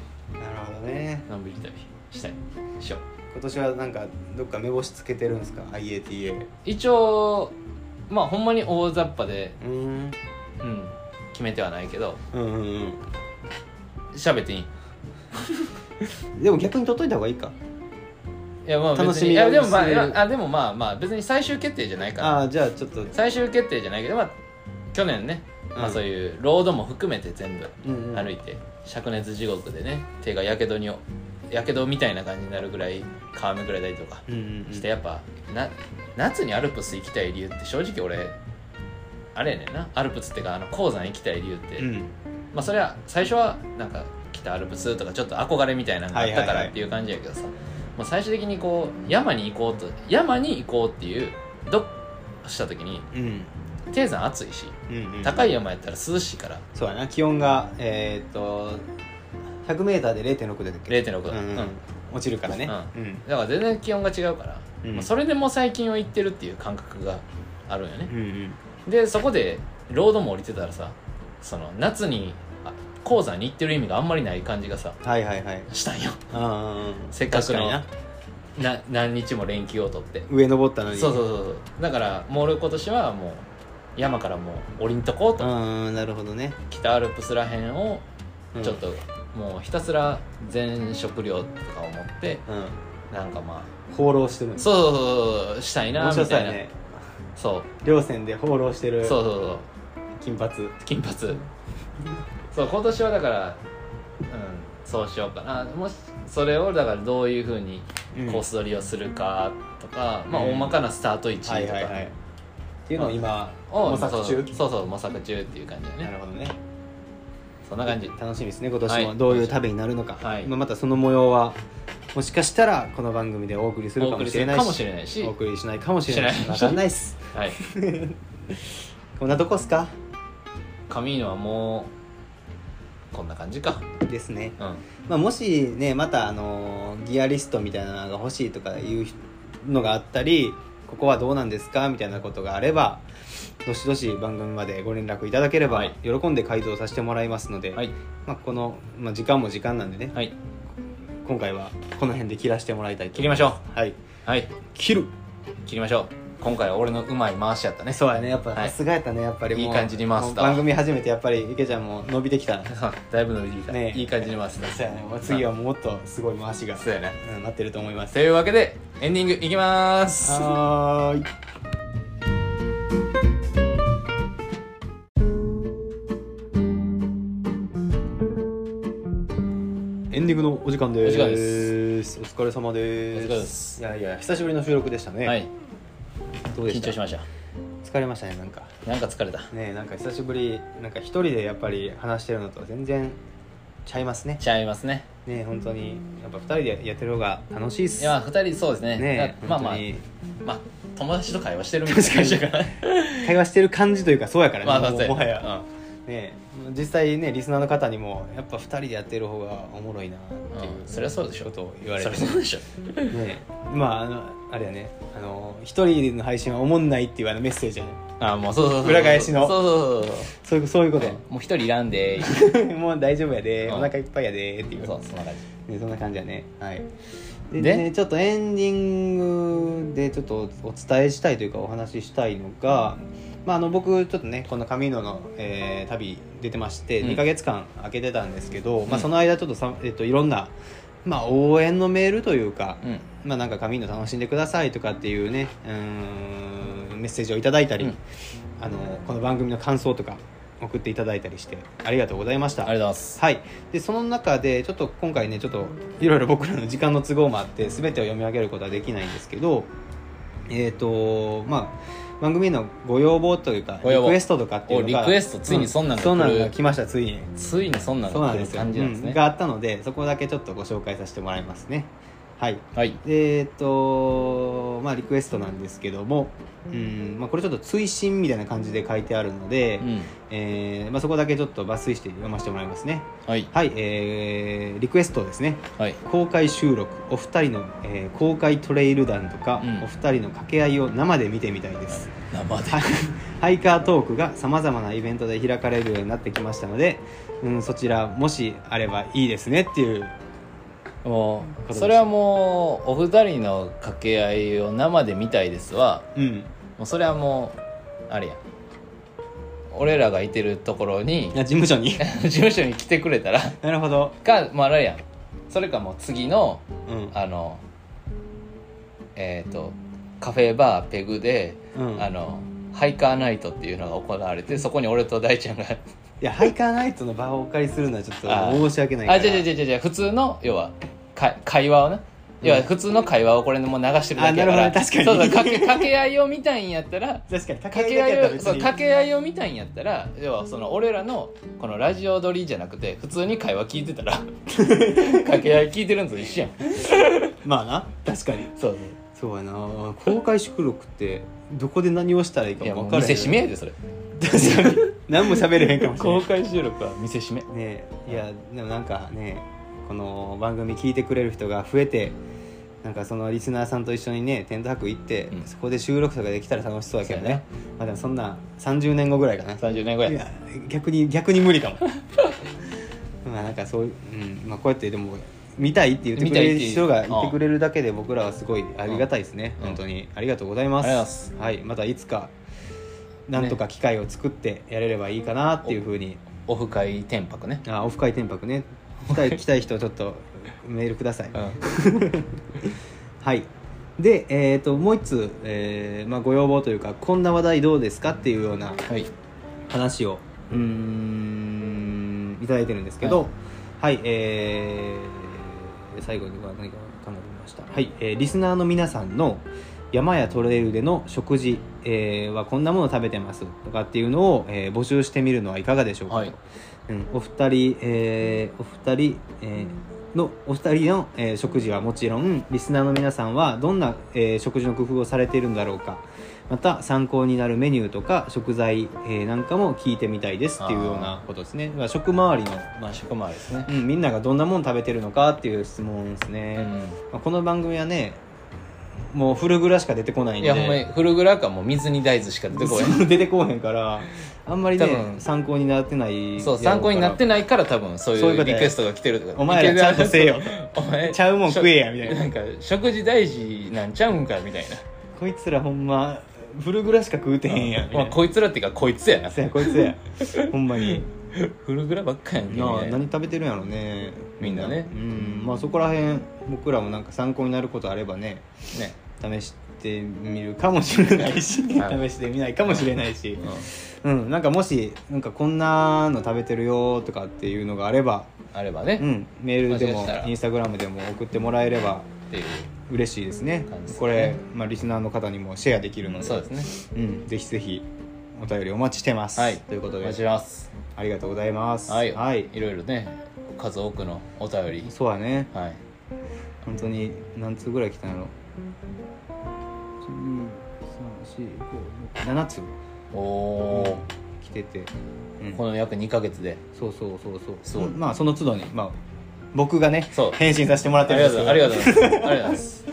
[SPEAKER 2] ほどね
[SPEAKER 1] のんびり旅したいしよう
[SPEAKER 2] 今年はなんかどっか目星つけてるんですか IATA
[SPEAKER 1] 一応まあほんまに大雑把で、
[SPEAKER 2] うーん
[SPEAKER 1] うん、決めてはないけど
[SPEAKER 2] うんうん
[SPEAKER 1] 喋っていい
[SPEAKER 2] うんでも逆に取っといた方がいいか
[SPEAKER 1] いやまあ別に
[SPEAKER 2] 楽しみ
[SPEAKER 1] い
[SPEAKER 2] が
[SPEAKER 1] やでもまあ
[SPEAKER 2] 薄い
[SPEAKER 1] いやあでもまあまあ別に最終決定じゃないから
[SPEAKER 2] ああじゃあちょっとうん
[SPEAKER 1] 最終決定じゃないけどまあ去年ね、まあ、そういうロードも含めて全部
[SPEAKER 2] うん
[SPEAKER 1] 歩いて灼熱地獄でね手がやけどにやけどみたいな感じになるぐらい皮むくらいたりとか
[SPEAKER 2] うんうんうん
[SPEAKER 1] してやっぱな夏にアルプス行きたい理由って正直俺あれやねんなアルプスってかあの鉱山行きたい理由って、
[SPEAKER 2] うん
[SPEAKER 1] まあそれは最初はなんか北アルプスとかちょっと憧れみたいなのがあったか
[SPEAKER 2] はいはいは
[SPEAKER 1] ら
[SPEAKER 2] い
[SPEAKER 1] っていう感じやけどさ、まあ最終的にこう山に行こうと山に行こうっていうどっした時に
[SPEAKER 2] うん
[SPEAKER 1] 低山暑いし
[SPEAKER 2] うんうん
[SPEAKER 1] 高い山やったら涼しいから
[SPEAKER 2] そうやな気温がえーっと 100m で0.6でだっけ
[SPEAKER 1] 0.6度、
[SPEAKER 2] うんうん
[SPEAKER 1] うん
[SPEAKER 2] 落ちるからね
[SPEAKER 1] う
[SPEAKER 2] うん
[SPEAKER 1] だから全然気温が違うから、
[SPEAKER 2] うん
[SPEAKER 1] まあそれでもう最近を行ってるっていう感覚があるんよね
[SPEAKER 2] うんうん
[SPEAKER 1] でそこでロードも降りてたらさその夏にあ鉱山に行ってる意味があんまりない感じがさ
[SPEAKER 2] はいはいはい
[SPEAKER 1] したんよ
[SPEAKER 2] ああ
[SPEAKER 1] せっかくの
[SPEAKER 2] 確にな
[SPEAKER 1] な何日も連休を取って
[SPEAKER 2] 上登ったのに
[SPEAKER 1] そうそうそうそうだからもう俺今年はもう山からもう降りんとこうと、
[SPEAKER 2] うんなるほどね
[SPEAKER 1] 北アルプスらへんを
[SPEAKER 2] うん
[SPEAKER 1] ちょっともうひたすら全食料とかを持って
[SPEAKER 2] うん
[SPEAKER 1] なんかま
[SPEAKER 2] 放浪してるん
[SPEAKER 1] あ
[SPEAKER 2] です
[SPEAKER 1] そうそうそうそうしたいな
[SPEAKER 2] 面白
[SPEAKER 1] み
[SPEAKER 2] そう
[SPEAKER 1] たい
[SPEAKER 2] や
[SPEAKER 1] な、
[SPEAKER 2] ね
[SPEAKER 1] そう
[SPEAKER 2] 稜線で放浪してる
[SPEAKER 1] そうそうそう
[SPEAKER 2] 金髪
[SPEAKER 1] 金髪 *laughs* そう今年はだからうんそうしようかなもしそれをだからどういうふうにコース取りをするかとか、まあ
[SPEAKER 2] うん
[SPEAKER 1] 大まかなスタート位置とか
[SPEAKER 2] はいはいはいっていうのを今
[SPEAKER 1] を
[SPEAKER 2] 模索中
[SPEAKER 1] そうそうそうそう模索中っていう感じだ
[SPEAKER 2] な
[SPEAKER 1] ね
[SPEAKER 2] るほどね
[SPEAKER 1] そんな感じ
[SPEAKER 2] 楽しみですね今年
[SPEAKER 1] は
[SPEAKER 2] も
[SPEAKER 1] い
[SPEAKER 2] どういう旅になるのか、
[SPEAKER 1] はい
[SPEAKER 2] まあまたその模様はもしかしたらこの番組でお送りする
[SPEAKER 1] お
[SPEAKER 2] か
[SPEAKER 1] 送
[SPEAKER 2] も
[SPEAKER 1] り
[SPEAKER 2] し
[SPEAKER 1] す
[SPEAKER 2] れ
[SPEAKER 1] る
[SPEAKER 2] ない
[SPEAKER 1] かも
[SPEAKER 2] し
[SPEAKER 1] しれないし
[SPEAKER 2] お送りしないかもしれないし
[SPEAKER 1] しない
[SPEAKER 2] わかんないっす
[SPEAKER 1] はい
[SPEAKER 2] こんなとこっすか
[SPEAKER 1] カミーノはもうこんな感じか
[SPEAKER 2] ですね、
[SPEAKER 1] うん
[SPEAKER 2] まあ、もしねまたあのーギアリストみたいなのが欲しいとかいうのがあったりここはどうなんですかみたいなことがあればどしどし番組までご連絡いただければ、
[SPEAKER 1] はい
[SPEAKER 2] 喜んで回答させてもらいますので、
[SPEAKER 1] はい
[SPEAKER 2] まあ、この、まあ、時間も時間なんでね、
[SPEAKER 1] はい
[SPEAKER 2] 今回はこの辺で切らせてもらいたいと
[SPEAKER 1] 切りましょ
[SPEAKER 2] はい、
[SPEAKER 1] うはい
[SPEAKER 2] 切る
[SPEAKER 1] 切りましょう今回は俺のう *laughs* まい回しやったね
[SPEAKER 2] そうやねやっぱ
[SPEAKER 1] はい
[SPEAKER 2] さすがやったねやっぱりもう
[SPEAKER 1] いい感じに回した
[SPEAKER 2] もう番組初めてやっぱり池ちゃんも伸びてきた
[SPEAKER 1] だいぶ伸びてきた、
[SPEAKER 2] ねえ
[SPEAKER 1] いい感じに回すね
[SPEAKER 2] そうやねもう次はもっとすごい回しが、
[SPEAKER 1] そうやね
[SPEAKER 2] うん、なってると思います
[SPEAKER 1] というわけでエンディングいきまーす
[SPEAKER 2] はーいエンディングのお時間です
[SPEAKER 1] お時間
[SPEAKER 2] ですお疲れ様で
[SPEAKER 1] お
[SPEAKER 2] す
[SPEAKER 1] 疲れ様です
[SPEAKER 2] いやいや久しぶりの収録でしたね、
[SPEAKER 1] はい
[SPEAKER 2] どうで
[SPEAKER 1] 緊
[SPEAKER 2] した
[SPEAKER 1] 張しました
[SPEAKER 2] 疲れましたねなんか
[SPEAKER 1] なんか疲れた
[SPEAKER 2] ねなんか久しぶりなんか一人でやっぱり話してるのと全然ちゃいますね
[SPEAKER 1] ちゃいますね
[SPEAKER 2] ね本当にやっぱ二人でやってる方が楽しいっす
[SPEAKER 1] いや2人そうですね
[SPEAKER 2] ね
[SPEAKER 1] まあまあ
[SPEAKER 2] 本当に
[SPEAKER 1] まあ友達と会話してるみたいな感じだから
[SPEAKER 2] 会話してる感じというかそうやから
[SPEAKER 1] *laughs*
[SPEAKER 2] ね、
[SPEAKER 1] まあ
[SPEAKER 2] も
[SPEAKER 1] そう
[SPEAKER 2] う
[SPEAKER 1] や
[SPEAKER 2] もはや、ね実際ねリスナーの方にもやっぱ二人でやってる方がおもろいなっていう、
[SPEAKER 1] うんそりゃそうでしょ
[SPEAKER 2] ことを言われ
[SPEAKER 1] そ
[SPEAKER 2] て
[SPEAKER 1] りゃそうでしょ
[SPEAKER 2] ねまああのあれやねあの一人の配信はおもんないっていうあのメッセージやね
[SPEAKER 1] あもうそうそうそう
[SPEAKER 2] 裏返しの
[SPEAKER 1] そうそうそう
[SPEAKER 2] そういうそういうこ
[SPEAKER 1] そう
[SPEAKER 2] と
[SPEAKER 1] うんもう一人いらんでー
[SPEAKER 2] や *laughs* もう大丈夫やで
[SPEAKER 1] うん
[SPEAKER 2] お腹いっぱいやでっていう
[SPEAKER 1] そうそんな感じ
[SPEAKER 2] ね、そんな感じやねはいで
[SPEAKER 1] で
[SPEAKER 2] ねちょっとエンディングでちょっとお伝えしたいというかお話ししたいのが、まあ、あの僕ちょっとねこの上野の、えー旅出てまして
[SPEAKER 1] うん
[SPEAKER 2] 2ヶ月間空けてたんですけど、ま
[SPEAKER 1] う
[SPEAKER 2] あ、
[SPEAKER 1] ん
[SPEAKER 2] その間ちょっとさ、えっといろんな、まあ、応援のメールというか、
[SPEAKER 1] うん
[SPEAKER 2] まあ、なんか上野楽しんでくださいとかっていうねうーんメッセージをいただいたり、
[SPEAKER 1] うん
[SPEAKER 2] あのこの番組の感想とか送っていただいたりしてありがとうございまし
[SPEAKER 1] あ
[SPEAKER 2] た
[SPEAKER 1] りがとうございます
[SPEAKER 2] はい、でその中でちょっと今回ねちょっといろいろ僕らの時間の都合もあって全てを読み上げることはできないんですけどえっ、とまあ番組へのご要望というかリ
[SPEAKER 1] ご要望
[SPEAKER 2] クエストとかっていうのが
[SPEAKER 1] おリクエストついにそんなのが来る
[SPEAKER 2] うそんなのが来ましたついに
[SPEAKER 1] ついにそんな
[SPEAKER 2] そうな
[SPEAKER 1] の来
[SPEAKER 2] んで
[SPEAKER 1] る
[SPEAKER 2] すよ、
[SPEAKER 1] 感じなんです
[SPEAKER 2] うん
[SPEAKER 1] ね
[SPEAKER 2] があったのでそこだけちょっとご紹介させてもらいますねはい
[SPEAKER 1] はい
[SPEAKER 2] でえっ、とまあリクエストなんですけどもうん、まあ、これちょっと追伸みたいな感じで書いてあるので、
[SPEAKER 1] うん
[SPEAKER 2] えーまあ、そこだけちょっと抜粋して読ませてもらいますね
[SPEAKER 1] はい
[SPEAKER 2] はい、えーリクエストですね
[SPEAKER 1] はい
[SPEAKER 2] 公開収録お二人の、えー公開トレイル弾とか、
[SPEAKER 1] うん
[SPEAKER 2] お二人の掛け合いを生で見てみたいです
[SPEAKER 1] 生で
[SPEAKER 2] はい *laughs* ハイカートークがさまざまなイベントで開かれるようになってきましたので、うん、そちらもしあればいいですねっていう
[SPEAKER 1] もう
[SPEAKER 2] う
[SPEAKER 1] それはもうお二人の掛け合いを生で見たいですは
[SPEAKER 2] うん
[SPEAKER 1] もうそれはもうあれや俺らがいてるところに *laughs*
[SPEAKER 2] あ事務所に
[SPEAKER 1] 事務所に来てくれたら
[SPEAKER 2] なるほど、
[SPEAKER 1] かまああれやんそれかもう次の
[SPEAKER 2] うん
[SPEAKER 1] あのえっ、とカフェバーペグで、
[SPEAKER 2] うん、
[SPEAKER 1] あのハイカーナイトっていうのが行われてそこに俺と大ちゃんが
[SPEAKER 2] いやハイカーナイトの場をお借りするのはちょっと
[SPEAKER 1] あ
[SPEAKER 2] 申し訳ないか
[SPEAKER 1] あ
[SPEAKER 2] ら
[SPEAKER 1] 違う違う違う違う普通の要はか会話をね要は普通の会話をこれでもう流してるだけやから
[SPEAKER 2] あなるほど確かに
[SPEAKER 1] そうそう掛け掛け合いを見たいんやったら
[SPEAKER 2] 確かに *laughs* 掛
[SPEAKER 1] 掛
[SPEAKER 2] け
[SPEAKER 1] け
[SPEAKER 2] 合
[SPEAKER 1] 合
[SPEAKER 2] いだけや
[SPEAKER 1] い
[SPEAKER 2] ったら
[SPEAKER 1] を
[SPEAKER 2] 別
[SPEAKER 1] そう
[SPEAKER 2] に
[SPEAKER 1] 掛け合いを見たいんやったら要はその俺らのこのラジオ撮りじゃなくて普通に会話聞いてた
[SPEAKER 2] *laughs*
[SPEAKER 1] ら掛け合い聞いてるんと一緒やん
[SPEAKER 2] まあな確かに
[SPEAKER 1] そう
[SPEAKER 2] そうやな公開収録ってどこで何をしたらいい
[SPEAKER 1] そ
[SPEAKER 2] か
[SPEAKER 1] ういやも
[SPEAKER 2] も
[SPEAKER 1] う
[SPEAKER 2] 分からへん
[SPEAKER 1] 見せしめやでそれ
[SPEAKER 2] 確かに何も喋れへんかもしれ
[SPEAKER 1] 公
[SPEAKER 2] ない
[SPEAKER 1] 開収録は見せしめ
[SPEAKER 2] ねえいやでもなんかねこの番組聞いてくれる人が増えてなんかそのリスナーさんと一緒にねテント泊行って、
[SPEAKER 1] うん
[SPEAKER 2] そこで収録とかできたら楽しそうだけどね
[SPEAKER 1] そうやね
[SPEAKER 2] まあでもそんな30年後ぐらいかな
[SPEAKER 1] 30年後
[SPEAKER 2] い
[SPEAKER 1] や
[SPEAKER 2] や逆に逆に無理かも *laughs* まあなんかそういう、うんまあ、こうやってでも見たいって言ってくれる人がいてくれるだけで僕らはすごいありがたいですね、
[SPEAKER 1] うん
[SPEAKER 2] 本当にありがとうございます
[SPEAKER 1] ありがとうござい
[SPEAKER 2] はい、またいつかなんとか機会を作ってやれればいいかなっていうふうに、
[SPEAKER 1] オフ会天白ね
[SPEAKER 2] あオフ会天白 *laughs* ね来たい来たい人ちょっとメールください、
[SPEAKER 1] う
[SPEAKER 2] はいで、えー、ともう一つ、えーまあ、ご要望というかこんな話題どうですかっていうようなん
[SPEAKER 1] はい
[SPEAKER 2] 話をうーんいただいてるんですけどはい、えー最後には何か考えてみましたはい、えーリスナーの皆さんの山やトレイルでの食事、えーはこんなもの食べてますとかっていうのを、えー募集してみるのはいかがでしょうかと、
[SPEAKER 1] はい
[SPEAKER 2] うん、お二人、えーお二人、えーのお二人の、えー食事はもちろんリスナーの皆さんはどんな、えー食事の工夫をされているんだろうかまた参考になるメニューとか食材、えーなんかも聞いてみたいですっていうようなことですねまあ食周りの、
[SPEAKER 1] まあ食回りですね
[SPEAKER 2] う、ん、みんながどんなもの食べてるのかっていう質問ですね、まあ、この番組はねもうフルグラしか出てこないん
[SPEAKER 1] い
[SPEAKER 2] で
[SPEAKER 1] やほんまにフルグラかもう水に大豆しか出てこない
[SPEAKER 2] *laughs* そう出てこうへんからあんまり
[SPEAKER 1] 多
[SPEAKER 2] ね
[SPEAKER 1] 分
[SPEAKER 2] 参考になってない
[SPEAKER 1] そう参考になってないから多分そう
[SPEAKER 2] そう
[SPEAKER 1] いう
[SPEAKER 2] いうこと
[SPEAKER 1] リ
[SPEAKER 2] や
[SPEAKER 1] クエストが来てるとか
[SPEAKER 2] お前らちゃんとせえよ
[SPEAKER 1] *laughs* お前
[SPEAKER 2] ちゃうもん食えやみたいな
[SPEAKER 1] なんか食事大事なんちゃうんかみたいな
[SPEAKER 2] こいつらほんまフルグラしか食うてへんやんみた
[SPEAKER 1] まあ
[SPEAKER 2] いな
[SPEAKER 1] こいつらっていうかこいつやな
[SPEAKER 2] そうやこいつや
[SPEAKER 1] *laughs*
[SPEAKER 2] ほんまに
[SPEAKER 1] フルグラばっかやんけ
[SPEAKER 2] なあ
[SPEAKER 1] みたいな
[SPEAKER 2] 何食べてるんやろね
[SPEAKER 1] みんなね
[SPEAKER 2] うんまあそこらへん僕らもなんか参考になることあればね
[SPEAKER 1] ね
[SPEAKER 2] 試してみるかもしれないし
[SPEAKER 1] *laughs*
[SPEAKER 2] 試
[SPEAKER 1] はい
[SPEAKER 2] してみないかもしれないしうんなんかもしなんかこんなの食べてるよとかっていうのがあれば
[SPEAKER 1] あればね、
[SPEAKER 2] う
[SPEAKER 1] っ
[SPEAKER 2] ん、メールで
[SPEAKER 1] もし
[SPEAKER 2] も
[SPEAKER 1] かしたら
[SPEAKER 2] インスタグラムでも送ってもらえれば
[SPEAKER 1] ていう
[SPEAKER 2] 嬉しいですね
[SPEAKER 1] 感じですね
[SPEAKER 2] これ、まあ、リスナーの方にもシェアできるので
[SPEAKER 1] そうですね
[SPEAKER 2] うん、ぜひぜひお便りお待ちしてます、
[SPEAKER 1] はい
[SPEAKER 2] ということ
[SPEAKER 1] お
[SPEAKER 2] で
[SPEAKER 1] 待ちします
[SPEAKER 2] ありがとうございます
[SPEAKER 1] はい、いろいろね数多くのお便り
[SPEAKER 2] そうやね
[SPEAKER 1] はい
[SPEAKER 2] 本当に何通ぐらい来たんやろ7通
[SPEAKER 1] おお
[SPEAKER 2] 来てて、うん
[SPEAKER 1] ー、この約2か月で
[SPEAKER 2] そうそうそうそう
[SPEAKER 1] そう
[SPEAKER 2] うんまあその都度に、まあ、僕がね
[SPEAKER 1] そう
[SPEAKER 2] 返信させてもらっ
[SPEAKER 1] あ
[SPEAKER 2] て
[SPEAKER 1] り
[SPEAKER 2] るん
[SPEAKER 1] がとう
[SPEAKER 2] ですけど
[SPEAKER 1] ありがとうございますありがとうございます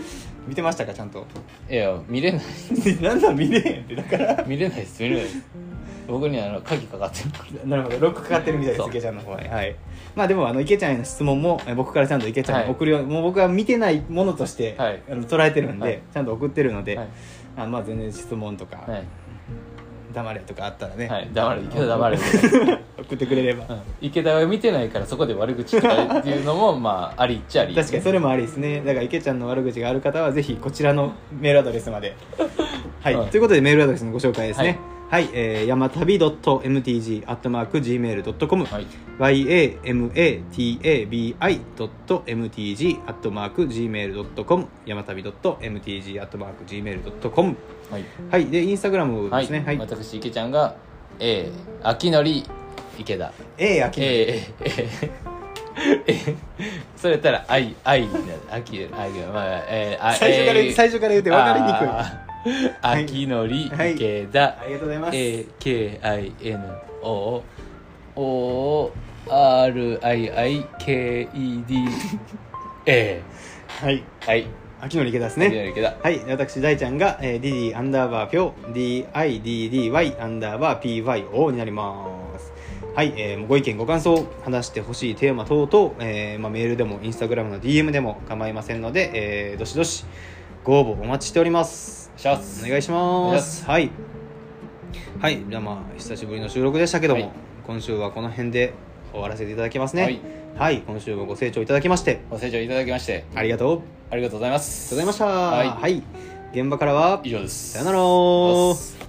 [SPEAKER 2] 見てましたかちゃんと *laughs*
[SPEAKER 1] いや見れない
[SPEAKER 2] なんなん見れへんってだから
[SPEAKER 1] 見れないです見れないです僕にはあの鍵かかってるか
[SPEAKER 2] なるほどロックかかってるみたいで
[SPEAKER 1] そ
[SPEAKER 2] す
[SPEAKER 1] う
[SPEAKER 2] 池ちゃんの方にはいまあでもあの池ちゃんへの質問もえ僕からちゃんと池ちゃん
[SPEAKER 1] はい
[SPEAKER 2] に送るように、もう僕は見てないものとして、
[SPEAKER 1] はい
[SPEAKER 2] あの捉えてるんで、
[SPEAKER 1] はい
[SPEAKER 2] ちゃんと送ってるので、
[SPEAKER 1] らはい
[SPEAKER 2] あまあ全然質問とか、
[SPEAKER 1] はい
[SPEAKER 2] 黙れとかあったらね、
[SPEAKER 1] はい黙れ池田黙れ
[SPEAKER 2] *laughs* 送ってくれれば、
[SPEAKER 1] うん池田は見てないからそこで悪口とかっていうのも *laughs* まあありっちゃあり
[SPEAKER 2] 確かにそれもありですねだから池ちゃんの悪口がある方はぜひこちらのメールアドレ
[SPEAKER 1] *laughs*
[SPEAKER 2] スまではい、
[SPEAKER 1] はい
[SPEAKER 2] ということでメールアドレスのご紹介ですねはい、えー、山旅 .mtg.gmail.com
[SPEAKER 1] はい
[SPEAKER 2] yamatabi.mtg.gmail.com 山旅 .mtg.gmail.com
[SPEAKER 1] はい、
[SPEAKER 2] はいでインスタグラム
[SPEAKER 1] は
[SPEAKER 2] で
[SPEAKER 1] い
[SPEAKER 2] すねはい、
[SPEAKER 1] 私池ちゃんが A 秋のり池田
[SPEAKER 2] A 秋の
[SPEAKER 1] A A A *laughs* それやったら I I になる秋愛まあえーあ
[SPEAKER 2] 最初から言う
[SPEAKER 1] A
[SPEAKER 2] 最初から言うて分かりにくいあ
[SPEAKER 1] あー秋のり
[SPEAKER 2] はい
[SPEAKER 1] 池田
[SPEAKER 2] りがとうございます、
[SPEAKER 1] AKINOORIIKEDA
[SPEAKER 2] はい
[SPEAKER 1] はい
[SPEAKER 2] 秋の池田です
[SPEAKER 1] ね
[SPEAKER 2] ね
[SPEAKER 1] 池田
[SPEAKER 2] はい私大ちゃんが、えー、DD アンダーバーピョ DIDDY アンダーバー PYO になりますはい、えーご意見ご感想話してほしいテーマ等々、えーまあ、メールでもインスタグラムの DM でも構いませんので、えーどしどしご応募お待ちしております
[SPEAKER 1] シャツ
[SPEAKER 2] お願いし
[SPEAKER 1] お
[SPEAKER 2] ま
[SPEAKER 1] 願いします
[SPEAKER 2] はいはいじゃあまあ久しぶりの収録でしたけども、
[SPEAKER 1] はい
[SPEAKER 2] 今週はこの辺で終わらせていただきますね
[SPEAKER 1] はい
[SPEAKER 2] はい、今週もご清聴いただきまして
[SPEAKER 1] ご清聴いただきまして
[SPEAKER 2] ありがとう
[SPEAKER 1] ありがとうございます
[SPEAKER 2] ございました。
[SPEAKER 1] はい
[SPEAKER 2] はい、現場からは
[SPEAKER 1] 以上です
[SPEAKER 2] さよなら
[SPEAKER 1] す